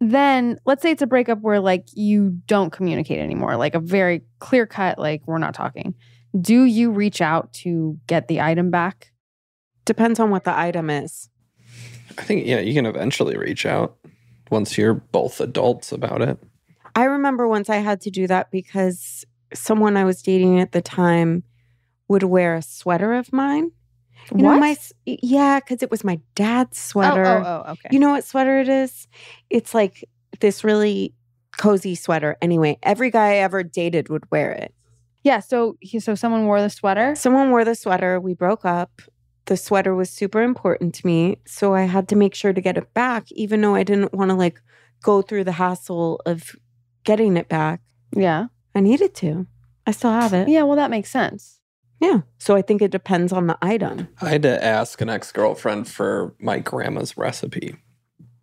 then, let's say it's a breakup where like you don't communicate anymore, like a very clear cut, like we're not talking. Do you reach out to get the item back? Depends on what the item is. I think yeah, you can eventually reach out once you're both adults about it. I remember once I had to do that because someone I was dating at the time would wear a sweater of mine. You know, my s- yeah, because it was my dad's oh, sweater. oh, oh, okay. You know what sweater it is? It's like this really cozy sweater. Anyway, every guy I ever dated would wear it. yeah. So, he, so someone wore the sweater. Someone wore the sweater. We broke up. The sweater was super important to me. So I had to make sure to get it back, even though I didn't want to like go through the hassle of getting it back. Yeah. I needed to. I still have it. Yeah. Well, that makes sense. Yeah. So I think it depends on the item. I had to ask an ex girlfriend for my grandma's recipe.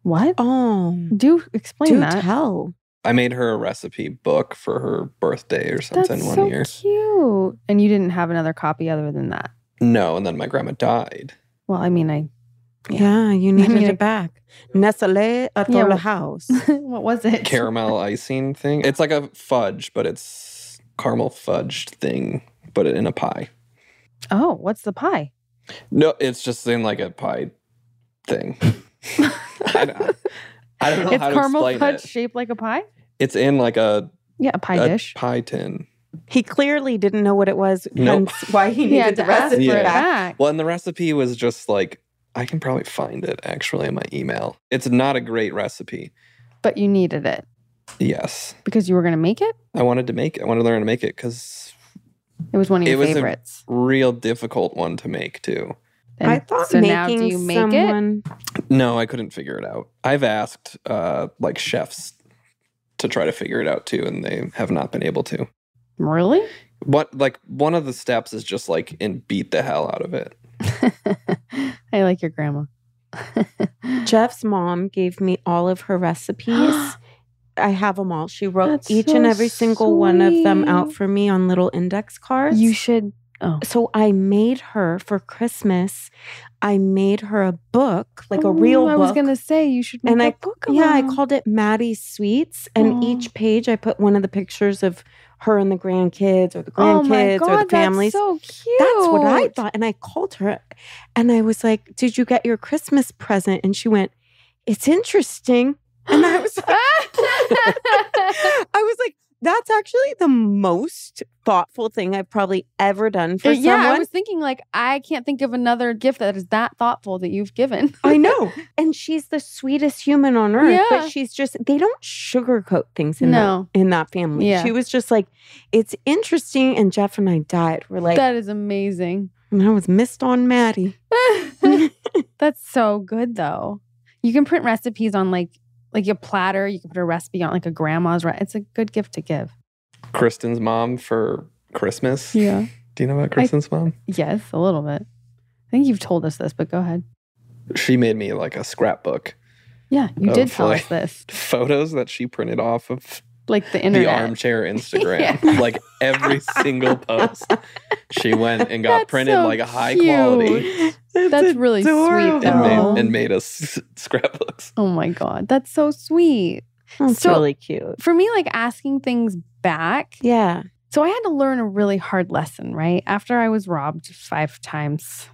What? Oh, Do explain do that. tell. I made her a recipe book for her birthday or something That's one so year. cute. And you didn't have another copy other than that. No, and then my grandma died. Well, I mean, I Yeah. Yeah, you needed mean, I- it back. Nestle at Yeah, the well- house. what was it? Caramel icing thing. It's like a fudge, but it's caramel fudged thing, but in a pie. Oh, what's the pie? No, it's just in like a pie thing. I, don't, I don't know it's how to caramel explain fudge it. Uh, shaped like a pie. It's in like a, Yeah, a pie a dish. pie tin. He clearly didn't know what it was, Nope. hence why he needed yeah, the to ask recipe for it back. back. Well, and the recipe was just like I can probably find it actually in my email. It's not a great recipe. But you needed it Yes, because you were going to make it. I wanted to make. It. I wanted to learn to make it because It was one of It your was a- favorites. real difficult one to make too. I And thought so. making Now do you make it? someone No, I couldn't figure it out. I've asked uh, like chefs to try to figure it out too, and they have not been able to. Really? What like one of the steps is just like and beat the hell out of it. I like your grandma. Jeff's mom gave me all of her recipes. I have them all. She wrote That's each so and every single one of them out sweet. for me on little index cards. you should. Oh, so I made her for Christmas. I made her a book, like a real Ooh, Oh, I book. was going to say you should make and a I book. yeah, I around. called it Maddie's Sweets. And Aw. each page, I put one of the pictures of her and the grandkids, or the Oh grandkids, my god, or the families. That's so cute. That's what I thought. And I called her and I was like, Did you get your Christmas present? And she went, It's interesting. And I was like, I was like, That's actually the most thoughtful thing I've probably ever done for Uh, someone. yeah, I was thinking like I can't think of another gift that is that thoughtful that you've given. I know. And she's the sweetest human on earth. Yeah. But she's just they don't sugarcoat things in No. that in that family. Yeah. She was just like, It's interesting. And Jeff and I died. We're like, that is amazing. and I was missed on Maddie. That's so good though. You can print recipes on like like your platter. You can put a recipe on like a grandma's. Re- it's a good gift to give. Kristen's mom for Christmas. Yeah. Do you know about Kristen's mom? Yes, a little bit. I think you've told us this, but go ahead. She made me like a scrapbook Yeah, you Oh, did tell boy. us this. photos that she printed off of Like the the internet. armchair Instagram. Like every single post, she went and got That's printed so like a high cute. quality That's really sweet, adorable. though. and Oh. made, and made us scrapbooks. Oh my god, that's so sweet. That's So- really cute. For me, like asking things back Yeah. So I had to learn a really hard lesson, right? After I was robbed five times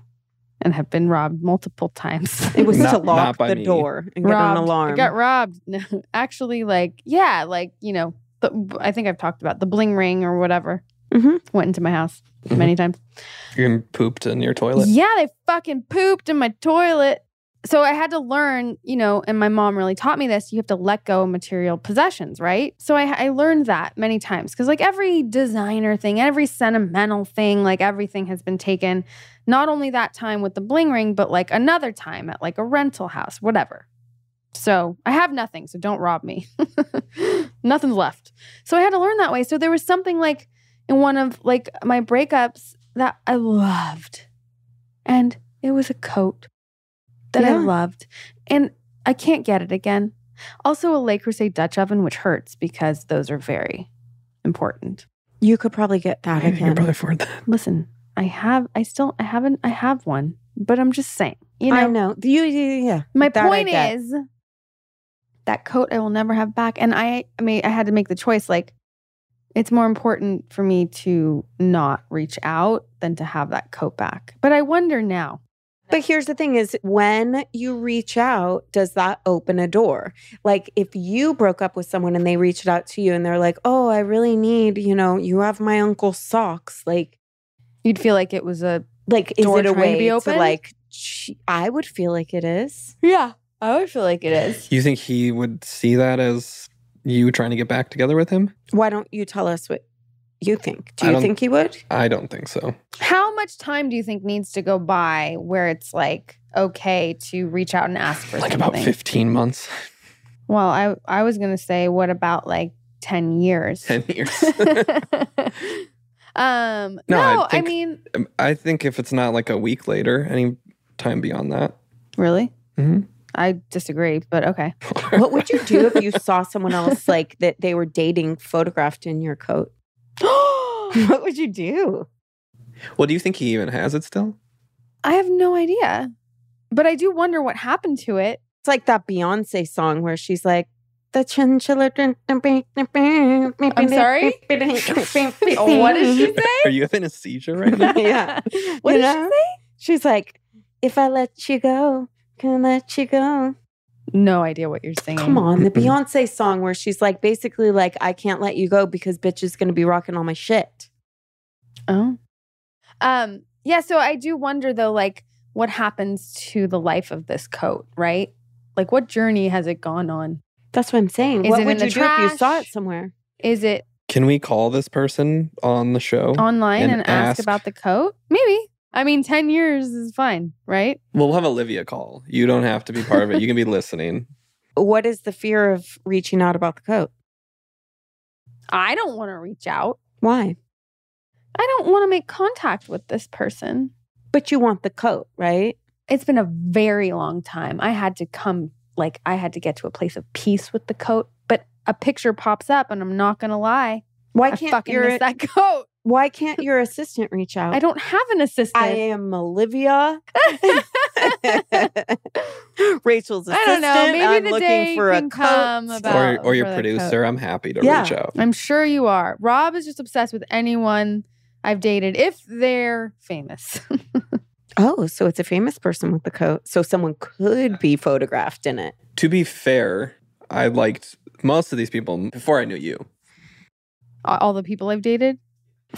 and have been robbed multiple times. It was Not- to not lock by the me. door and get an robbed. alarm. I got robbed. No, Actually, like, yeah, like, you know, the, I think I've talked about the bling ring or whatever Mhm. went into my house Mhm. many times. You pooped in your toilet. Yeah, they fucking pooped in my toilet. so I had to learn, you know, and my mom really taught me this. You have to let go of material possessions, right? So I, I learned that many times because, like, every designer thing, every sentimental thing, like, everything has been taken. Not only that time with the bling ring, but like another time at like a rental house, whatever. So I have nothing. So don't rob me. Nothing's left. So I had to learn that way. So there was something like in one of like my breakups that I loved, and it was a coat that I Yeah. loved. And I can't get it again. Also, a Le Creuset Dutch oven, which hurts because those are very important. You could probably get that You can again. probably afford that. Listen, I have, I still, I haven't, I have one, but I'm just saying, you know, I know. You, you- yeah. my That I point get. is that coat I will never have back. And I, I mean, I had to make the choice like, it's more important for me to not reach out than to have that coat back. But I wonder now. But here's the thing is when you reach out, does that open a door? Like if you broke up with someone and they reached out to you and they're like, "Oh, I really need, you know, you have my uncle's socks." Like You'd feel like it was a like is Door it a trying to way be opened? like ch- I would feel like it is. yeah. I would feel like it is. You think he would see that as you trying to get back together with him? Why don't you tell us what you think? Do I you don't- think he would? I don't think so. How much time do you think needs to go by where it's like okay to reach out and ask for Like something? about 15 months, Well, I I was gonna say, what about like ten years? 10 years. um, no, No, I I, think- mean, Um, I think if it's not like a week later, any time beyond that. really, Mhm. I disagree, but okay. What would you do if you saw someone else like that they were dating photographed in your coat? What would you do? Well, do you think he even has it still? I have no idea, but I do wonder what happened to it. It's like that Beyonce song where she's like, the chinchilla. I'm sorry? what Are you having a seizure right now? Yeah. What did You know? She's like, if I let you go, can I let you go? she say? No idea what you're singing. Come on, the Mm-mm. Beyonce song where she's like, basically, like, I can't let you go because bitch is gonna be rocking all my shit. Oh. Um, yeah, so I do wonder though, like, what happens to the life of this coat, right? Like what journey has it gone on? That's what I'm saying. Is what it would in you the do if you saw it trash? somewhere? Is it Can we call this person on the show? online and, And ask, ask. about the coat? Maybe. I mean, 10 years is fine, right? Well, we'll have Olivia call. You don't have to be part of it. You can be listening. What is the fear of reaching out about the coat? I don't want to reach out. Why? I don't want to make contact with this person. But you want the coat, right? It's been a very long time. I had to come, like, I had to get to a place of peace with the coat, but a picture pops up and I'm not going to lie. Why I, can't fucking your miss that coat. Why can't your assistant reach out? I don't have an assistant. I am Olivia. Rachel's assistant. I don't know. Maybe I'm the looking day for can a coat. come about- Or, or your for the producer. I'm happy to Yeah. reach out. I'm sure you are. Rob is just obsessed with anyone I've dated if they're famous. Oh, so it's a famous person with the coat. So someone could be photographed in it. To be fair, I liked most of these people before I knew you. All the people I've dated.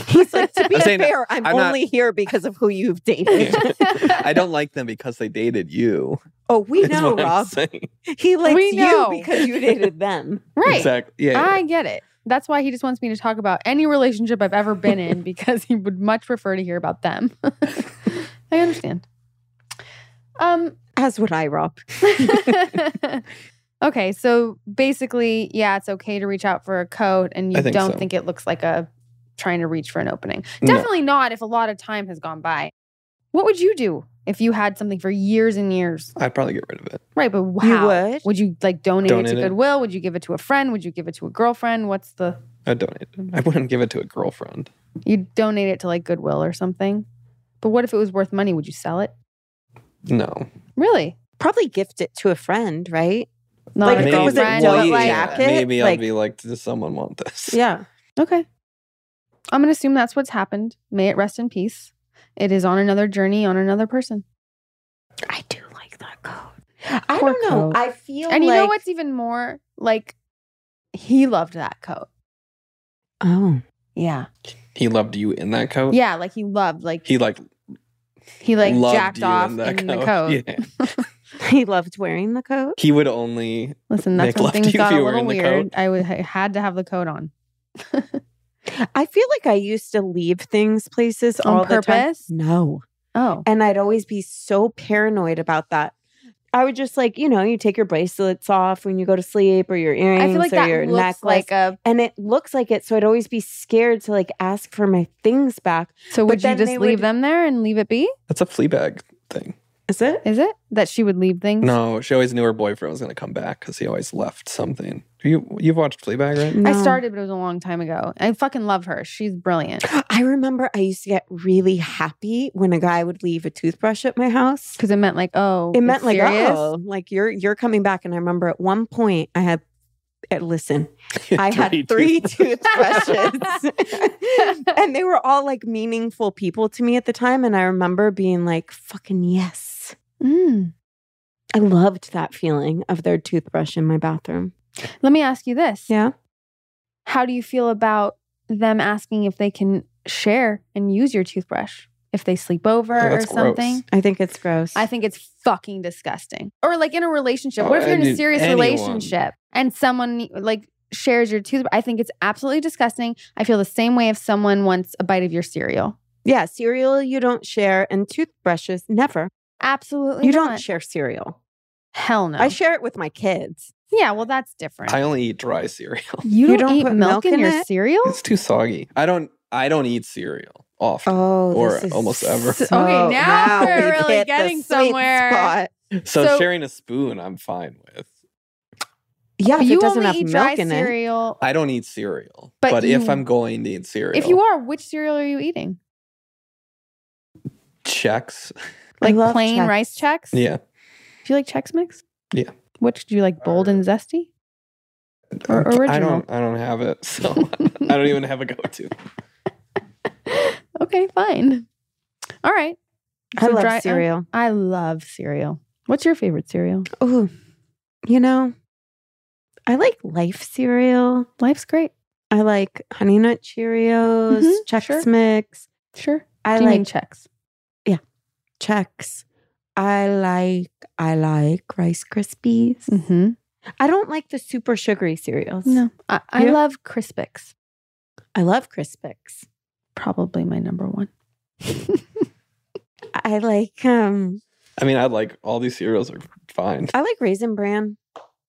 He's like, to be I'm saying that- fair, I'm, I'm not- only here because of who you've dated. I don't like them because they dated you. oh, we is know, what I'm Rob. saying. He likes We know. you because you dated them. Right. Exactly. Yeah. yeah. I get it. That's why he just wants me to talk about any relationship I've ever been in because he would much prefer to hear about them. I understand. Um As would I, Rob. Okay, so basically, yeah, it's okay to reach out for a coat and you I think don't so. think it looks like a trying to reach for an opening. No. Definitely not if a lot of time has gone by. What would you do if you had something for years and years? I'd probably get rid of it. Right, but how? would? you like donate, it Donate to it. Goodwill? Would you give it to a friend? Would you give it to a girlfriend? What's the I'd donate it. I wouldn't give it to a girlfriend. You donate it to like Goodwill or something. But what if it was worth money? Would you sell it? No. Really? Probably gift it to a friend, right? Not Like, a if it was a girlfriend, white but like jacket, maybe I'll like- be like, does someone want this? Yeah. okay. I'm gonna assume that's what's happened. May it rest in peace. It is on another journey on another person. I do like that coat. I Poor don't know. coat. I feel And you like, know what's even more like he loved that coat. Oh. Yeah. He loved you in that coat. Yeah, like he loved like He like he like loved jacked you off in in, that the coat. coat. Yeah. He loved wearing the coat. He would only Listen, that's Nick when left things you if got you a were little in the weird. I would, I had to have the coat on I feel like I used to leave things places all on the time. purpose. No. Oh, And I'd always be so paranoid about that. I would just like, you know, you take your bracelets off when you go to sleep or your earrings I feel like or that your looks necklace. like a. and it looks like it. So I'd always be scared to like ask for my things back. So would you then just they leave would- them there and leave it be? that's a flea bag thing. Is it? Is it that she would leave things? No, she always knew her boyfriend was going to come back because he always left something. You you've watched Fleabag, right? I started, but it was a long time ago. I fucking love her. She's brilliant I remember I used to get really happy when a guy would leave a toothbrush at my house. because it meant like, oh, It you're meant like, serious? oh, like you're you're coming back. And I remember at one point I had uh, listen, I had three Three toothbrushes. toothbrushes. and they were all like meaningful people to me at the time. And I remember being like, fucking yes. Mm. I loved that feeling of their toothbrush in my bathroom. Let me ask you this: Yeah. How do you feel about them asking if they can share and use your toothbrush if they sleep over Oh, or that's gross. something? I think it's gross. I think it's fucking disgusting. Or like in a relationship. Oh, what if you're in any- a serious anyone. relationship and someone like shares your toothbrush? I think it's absolutely disgusting. I feel the same way if someone wants a bite of your cereal. yeah, cereal you don't share and toothbrushes never. Absolutely. You not. don't share cereal. Hell no. I share it with my kids. yeah, well, that's different. I only eat dry cereal. you, You don't don't eat put milk, milk in, in your it? cereal? It's too soggy. I don't I don't eat cereal often. Oh, Or this is almost ever. so- now we're we've really hit the getting sweet somewhere. spot. so, so- sharing a spoon, I'm fine with. Yeah, if you it doesn't only have eat milk dry in it. cereal. I don't eat cereal, But but, if you- I'm going to eat cereal, If you are, which cereal are you eating? checks, I Like love plain Chex. rice checks? yeah, Do you like Chex Mix? Yeah. Which do you like, bold and zesty? Or I original. don't I don't have it, so I don't even have a go-to. okay, fine. All right. I So love dry- uh, cereal. I love cereal. What's your favorite cereal? Oh, you know, I like Life cereal. Life's great. I like Honey Nut Cheerios, Mhm, Chex sure. Mix. Sure. I Do you mean like checks? Chex. I like I like Rice Krispies. Mm-hmm. I don't like the super sugary cereals. No. I, I You? love Crispix. I love Crispix. Probably my number one. I like um I mean, I like all these cereals are fine. I like Raisin Bran.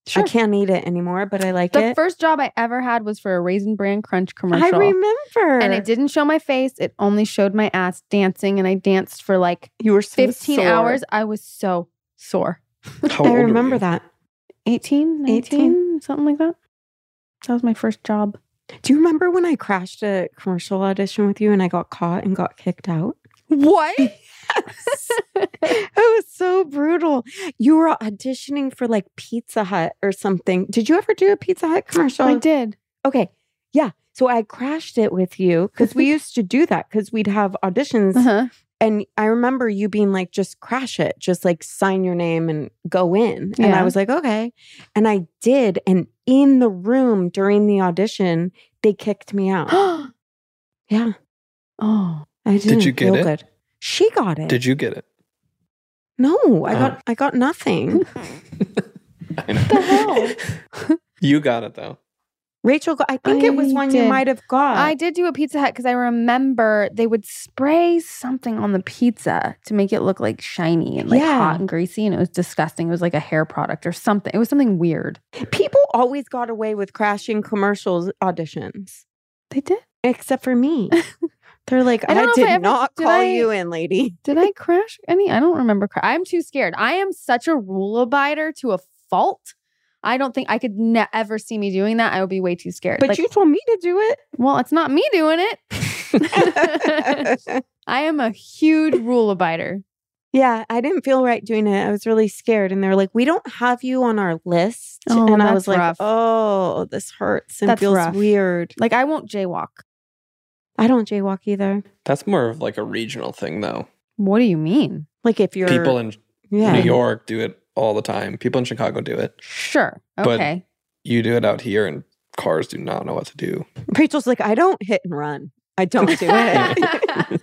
Sure. I can't eat it anymore, but I like The it. first job I ever had was for a Raisin Bran Crunch I commercial. remember. and it didn't show my face. It only showed my ass dancing. And I danced for like You were so 15 sore. hours. I was so sore. How old I are remember you? that. 18, 19, 18. something like that. That was my first job. Do you remember when I crashed a commercial audition with you and I got caught and got kicked out? What? it was so brutal. You were auditioning for like Pizza Hut or something. Did you ever do a Pizza Hut commercial? I did. Okay. Yeah. So I crashed it with you because we used to do that because we'd have auditions. Uh-huh. And I remember you being like, just crash it, just like sign your name and go in. And I Yeah. was like, okay. And I did. And in the room during the audition, they kicked me out. yeah. oh. I didn't you get feel it? good. She got it. Did you get it? No, I Oh. got I got nothing. I know. the hell? You got it though. Rachel, got, I think it was I one you did. might have got. I did do a Pizza Hut because I remember they would spray something on the pizza to make it look like shiny and like Yeah. hot and greasy, and it was disgusting. It was like a hair product or something. It was something weird. People always got away with crashing commercials auditions, They did. except for me. They're like, I I, don't know if I did ever- not did call I- you in, lady. Did I crash any? I don't remember. Cra- I'm too scared. I am such a rule abider to a fault. I don't think I could ne- ever see me doing that. I would be way too scared. But Like, you told me to do it. well, it's not me doing it. I am a huge rule abider. yeah, I didn't feel right doing it. I was really scared. And they're like, we don't have you on our list. Oh, and I that's was like, rough. oh, this hurts and That's feels rough. weird. Like I won't jaywalk. I don't jaywalk either. That's more of like a regional thing though. What do you mean? Like if you're People in yeah. New York do it all the time. People in Chicago do it. Sure. But- Okay. You do it out here, and cars do not know what to do. Rachel's like, I don't hit and run. I don't do it.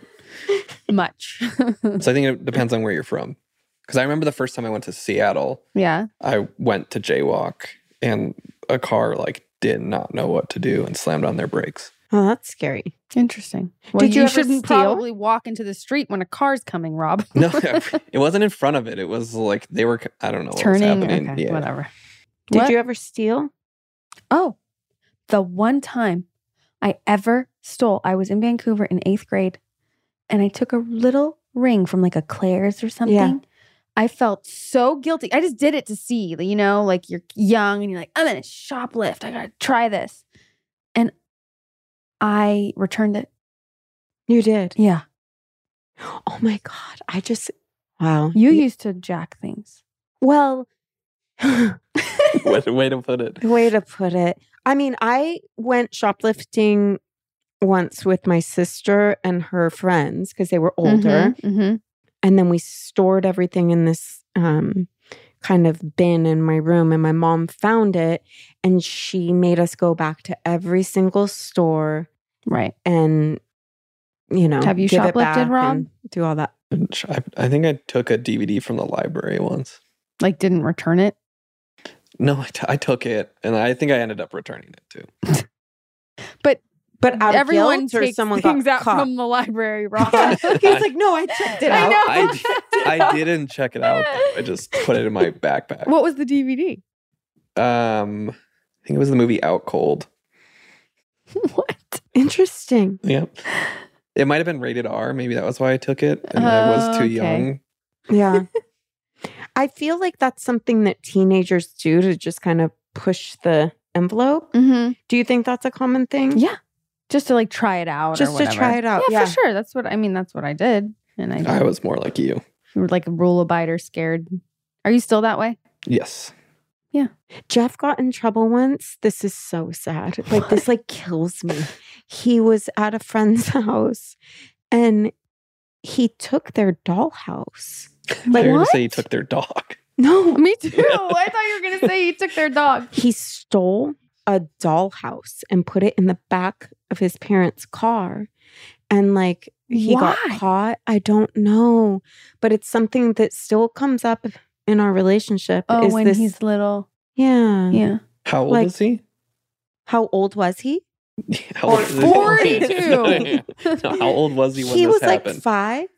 Much. So I think it depends on where you're from. Because I remember the first time I went to Seattle, Yeah. I went to jaywalk and a car like did not know what to do and slammed on their brakes. Oh, that's scary. Interesting. Well, Did you you ever shouldn't steal? probably walk into the street when a car's coming, Rob. No, it wasn't in front of it. It was like they were. I don't know what was Turning. happening. Okay, yeah. whatever. Did What? you ever steal? Oh, the one time I ever stole, I was in Vancouver in eighth grade and I took a little ring from like a Claire's or something. I felt so guilty. I just did it to see, you know, like you're young and you're like, I'm gonna shoplift. I gotta try this. And I returned it. You did. Yeah. Oh my God. I just, wow. You used to jack things. well, Mm-hmm, What a way to put it. way to put it. I mean, I went shoplifting once with my sister and her friends because they were older. Mhm, and then we stored everything in this um, kind of bin in my room and my mom found it and she made us go back to every single store mhm. Right. and you know Have you give shoplifted, it back Rob? and do all that I, I think I took a DVD from the library once. Like didn't return it. No, I, t- I took it and I think I ended up returning it too. but out Everyone of guilt or takes someone things out got caught. from the library, Rob. yeah. he's like no i checked it I out know. I, I didn't check it out. though. I just put it in my backpack. what was the DVD? Um, I think it was the movie Out Cold. what? interesting Yep. It might have been rated R. Maybe that was why I took it. And I was Oh, too Okay. young. yeah i feel like that's something that teenagers do to just kind of push the envelope Mm-hmm. do you think that's a common thing Yeah, just to like try it out. Just or to whatever. try it out, Yeah, yeah. for sure. That's what I mean. That's what I did, and I, I was more like you. you were like a rule abider, scared. Are you still that way? Yes. Jeff got in trouble once. This is so sad. Like this like kills me. He was at a friend's house and he took their dollhouse. I Like heard you say you took their dog. no, Me too. I thought you were gonna say you took their dog. he stole a dollhouse and put it in the back of his parents' car. And like he Why? got caught. I don't know, but it's something that still comes up in our relationship. Oh, is when this, he's little. yeah. Yeah. How old Like- is he? How old was he? How old is he? 42. No, how old was he when he this was happened? like five.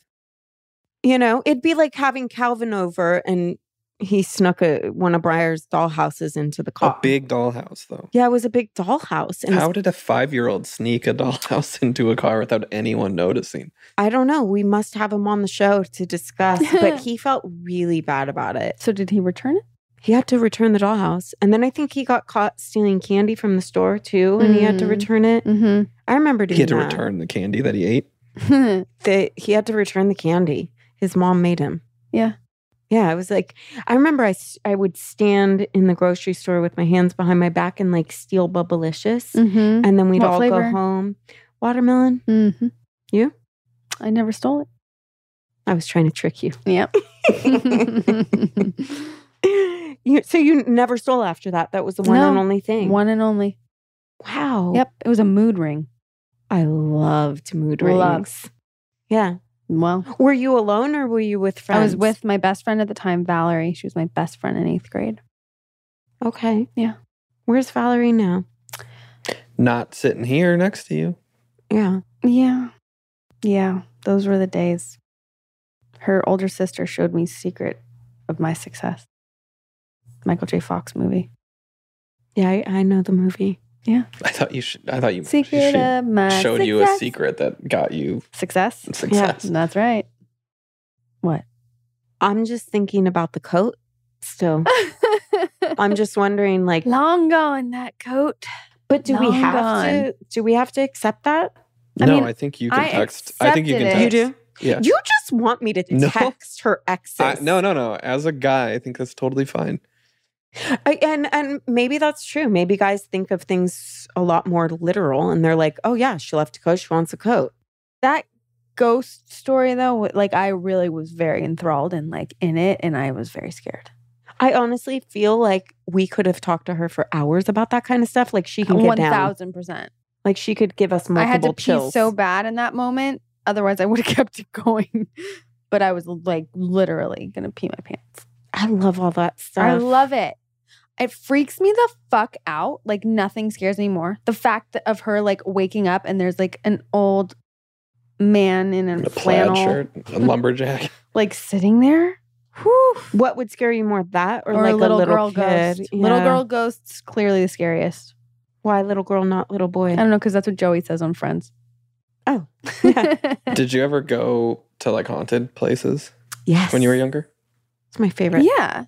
You know, it'd be like having Calvin over and he snuck a, one of Briar's dollhouses into the car. a big dollhouse, though. yeah, it was a big dollhouse, and How did a five year old sneak a dollhouse into a car without anyone noticing? I don't know. We must have him on the show to discuss, but he felt really bad about it. So did he return it? He had to return the dollhouse, and then I think he got caught stealing candy from the store too, and he had to Mm. return it. Mm-hmm. I remember doing He had to that. return the candy that he ate. that he had to return the candy his mom made him. Yeah. Yeah, it was like I remember I, s- I would stand in the grocery store with my hands behind my back and like steal bubblicious mm-hmm. and then we'd What all flavor? go home. Watermelon. Mm-hmm. You? I never stole it. I was trying to trick you. Yep. you so you never stole after that. That was the one No. and only thing. One and only. Wow. Yep. It was a mood ring. I loved mood rings. Love. Yeah. Well, Were you alone or were you with friends? I was with my best friend at the time, Valerie. She was my best friend in eighth grade. Okay. Yeah. Where's Valerie now? Not sitting here next to you. Yeah. Yeah. Yeah. Those were the days. Her older sister showed me Secret of My Success, Michael J. Fox movie. Yeah, I, I know the movie. I thought you should. I thought you she Secret of My showed Success. you a secret that got you Success? success. That's right. What? I'm just thinking about the coat still. I'm just wondering, like, Long gone, that coat. but do we long have gone. to? Do we have to accept that? I no, mean, I think you can I text. I think you can accepted text. it. You do. Yeah. You just want me to No. text her exes. I- no, no, no. As a guy, I think that's totally fine. I, and and maybe that's true. Maybe guys think of things a lot more literal, and they're like, oh yeah, she left a coat. She wants a coat. that ghost story, though, wa- like I really was very enthralled and like in it, and I was very scared. I honestly feel like we could have talked to her for hours about that kind of stuff. Like she can get One down. thousand percent. Like she could give us I multiple had to chills. pee so bad in that moment. Otherwise, I would have kept it going. but I was like literally going to pee my pants. I love all that stuff. I love it. It freaks me the fuck out. Like nothing scares me more. The fact that- of her like waking up and there's like an old man in a, And a plaid flannel shirt, a lumberjack. like sitting there. Whew. What would scare you more, that or, Or, like a little, girl kid? ghost. Little Yeah. girl ghosts clearly the scariest. Why little girl, not little boy? I don't know because that's what Joey says on Friends. Oh. Yeah. Did you ever go to like haunted places Yes, when you were younger? it's my favorite. yeah.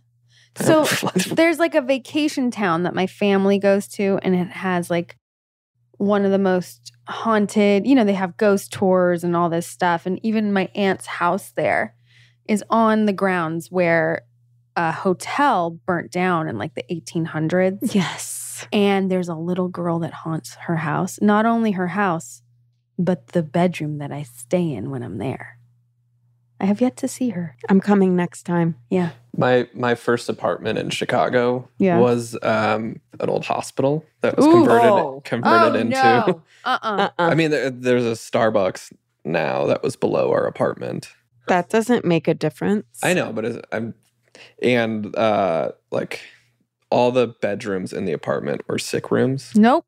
So What? there's like a vacation town that my family goes to and it has like one of the most haunted you know they have ghost tours and all this stuff and even my aunt's house there is on the grounds where a hotel burnt down in like the 1800s Yes, and there's a little girl that haunts her house not only her house but the bedroom that i stay in when i'm there i have yet to see her I'm coming next time. my my first apartment in Chicago Yeah. was um, an old hospital that was Ooh. converted Oh. converted into. no uh-uh uh I mean, there, there's a Starbucks now that was below our apartment. that doesn't make a difference. I know, but it's, I'm and uh, like all the bedrooms in the apartment were sick rooms nope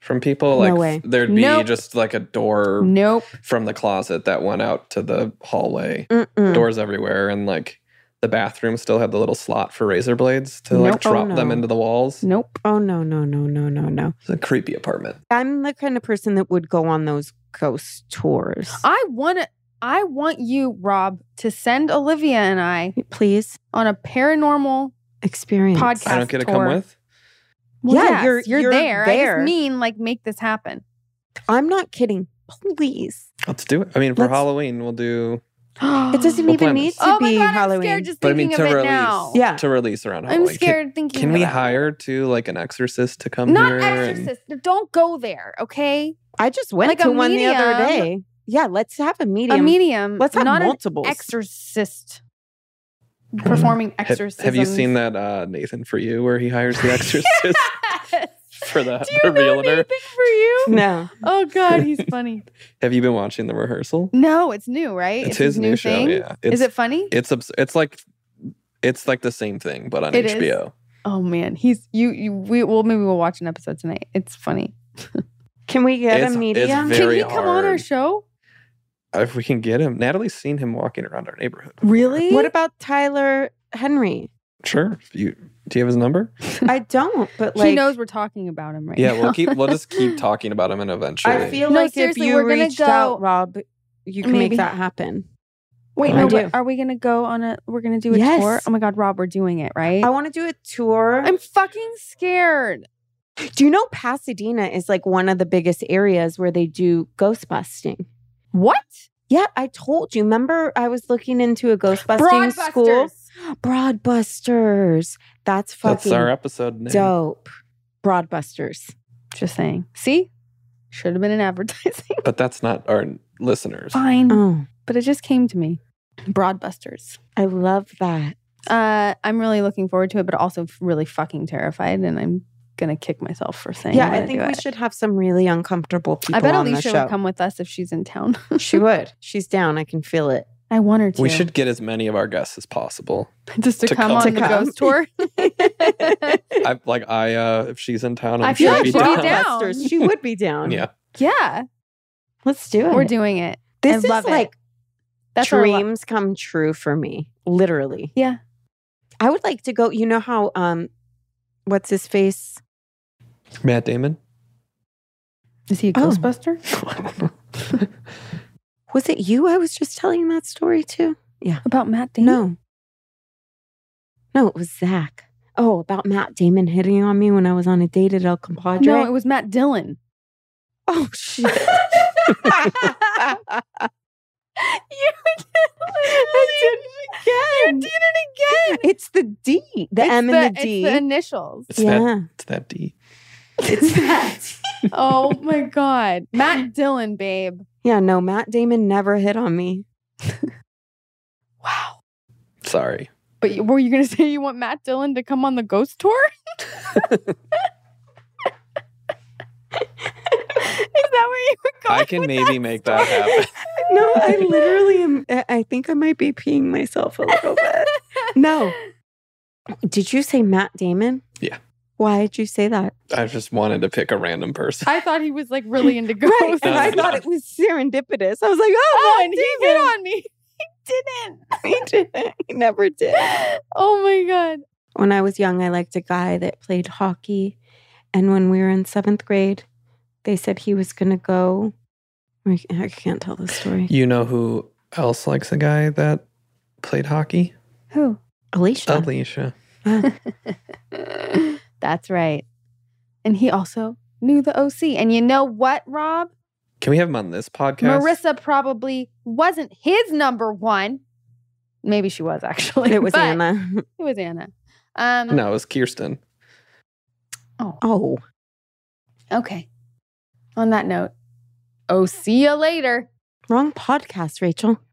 from people. No Like way. there'd be Nope. just like a door nope from the closet that went out to the hallway. Mm. Mm-mm. Doors everywhere, and like the bathroom still had the little slot for razor blades to Nope. like Oh, drop them no. into the walls. nope Oh no, no, no, no, no, no. It's a creepy apartment. I'm the kind of person that would go on those ghost tours. I want to. I want you, Rob, to send Olivia and I Please on a paranormal. experience Podcast. I don't get to come Tour. with. Well, Yeah, yes, you're- you're there. I there. just mean like make this happen. I'm not kidding. Please, Let's do it. I mean, for Let's- Halloween, we'll do. it doesn't We'll even plan need this. to oh my be god, Halloween. I'm scared just But I thinking mean, to of it release, now. Yeah. to release around I'm Halloween. Can- scared thinking. Can, we about it. hire to like an exorcist to come Not here? and- exorcist. Don't go there. Okay, I just went Like a to one the other medium. day. Yeah, let's have a medium. a medium. let's have not an multiples. exorcist performing Hmm. Have- exorcism. Have you seen that uh, Nathan for you where he hires the exorcist Uh, for the, Do you the know realtor? Nathan for you? no, Oh god, he's funny. Have you been watching the rehearsal? No, it's new, right? It's, his new, show. thing. Yeah, it's, Is it funny? It's abs- it's like it's like the same thing, but on It is. HBO. Oh man, he's you. you we well, maybe we'll watch an episode tonight. It's funny. can we get It's- a it's medium? very- Can he come on our hard. show? If we can get him, Natalie's seen him walking around our neighborhood. Really? what about Tyler Henry? Sure. If You do you have his number? I don't, but he like knows we're talking about him right Yeah, now. we'll keep. We'll just keep talking about him, and eventually, I feel No, like if seriously, you we're gonna reached out, go- Rob, you can Maybe. make that happen. Wait, I no. do. But are we gonna go on a? We're gonna do a Yes. tour. Oh my god, Rob, we're doing it right. I want to do a tour. I'm fucking scared. do you know Pasadena is like one of the biggest areas where they do ghost busting? What? Yeah, I told you. Remember, I was looking into a ghost busting school. Broadbusters. Broadbusters. that's That's fucking our episode. Name. dope. Broadbusters. Just saying. See, should have been an advertising. But that's not our listeners. Fine, Oh, but it just came to me. Broadbusters. I love that. Uh, I'm really looking forward to it, but also f- really fucking terrified, and I'm gonna kick myself for saying. yeah, I'm I gonna think do we it. should have some really uncomfortable people I bet on the Alicia show. would come with us if she's in town. she would. She's down. I can feel it. I want her to. We should get as many of our guests as possible. just to, to come, come. on To the come. ghost tour. I like I uh if she's in town, I'm I feel sure like she'd she'd be be down. Broadbusters. She would be down. Yeah. yeah, Let's do it. we're doing it. this I is love it. like That's our li- dreams come true for me. Literally. Yeah. I would like to go. You know how um what's his face? Matt Damon. Is he a Oh. Ghostbuster? Was it you I was just telling that story to? About Matt Damon? No. No, it was Zach. Oh, about Matt Damon hitting on me when I was on a date at El Compadre. no, it was Matt Dillon. oh shit. You did it again. You did it again. it's the D. The It's M and the D. It's the initials. It's that yeah. it's that D. It's that. oh my God, Matt Dillon, babe. yeah, no, Matt Damon never hit on me. Wow. Sorry. But you, were you going to say you want Matt Dillon to come on the ghost tour? Is that where you were going? I can maybe make that happen. No, I literally am. I I think I might be peeing myself a little bit. No. Did you say Matt Damon? Yeah. Why did you say that? I just wanted to pick a random person. I thought he was like really into ghosts. Right. And I thought it was serendipitous. I was like, oh, Oh, Matt and he hit Damon. on me. He didn't. He didn't. He never did. Oh my god. When I was young, I liked a guy that played hockey. And when we were in seventh grade, they said he was going to go. I I can't tell the story. You know who else likes a guy that played hockey? Who? Alicia. Alicia. Uh, That's right. And he also knew the OC. And you know what, Rob? Can we have him on this podcast? Marissa probably wasn't his number one. Maybe she was actually. It was but Anna. It was Anna. Um, No, it was Kirsten. Oh, Oh. okay. On that note, oh, see you later. Wrong podcast, Rachel.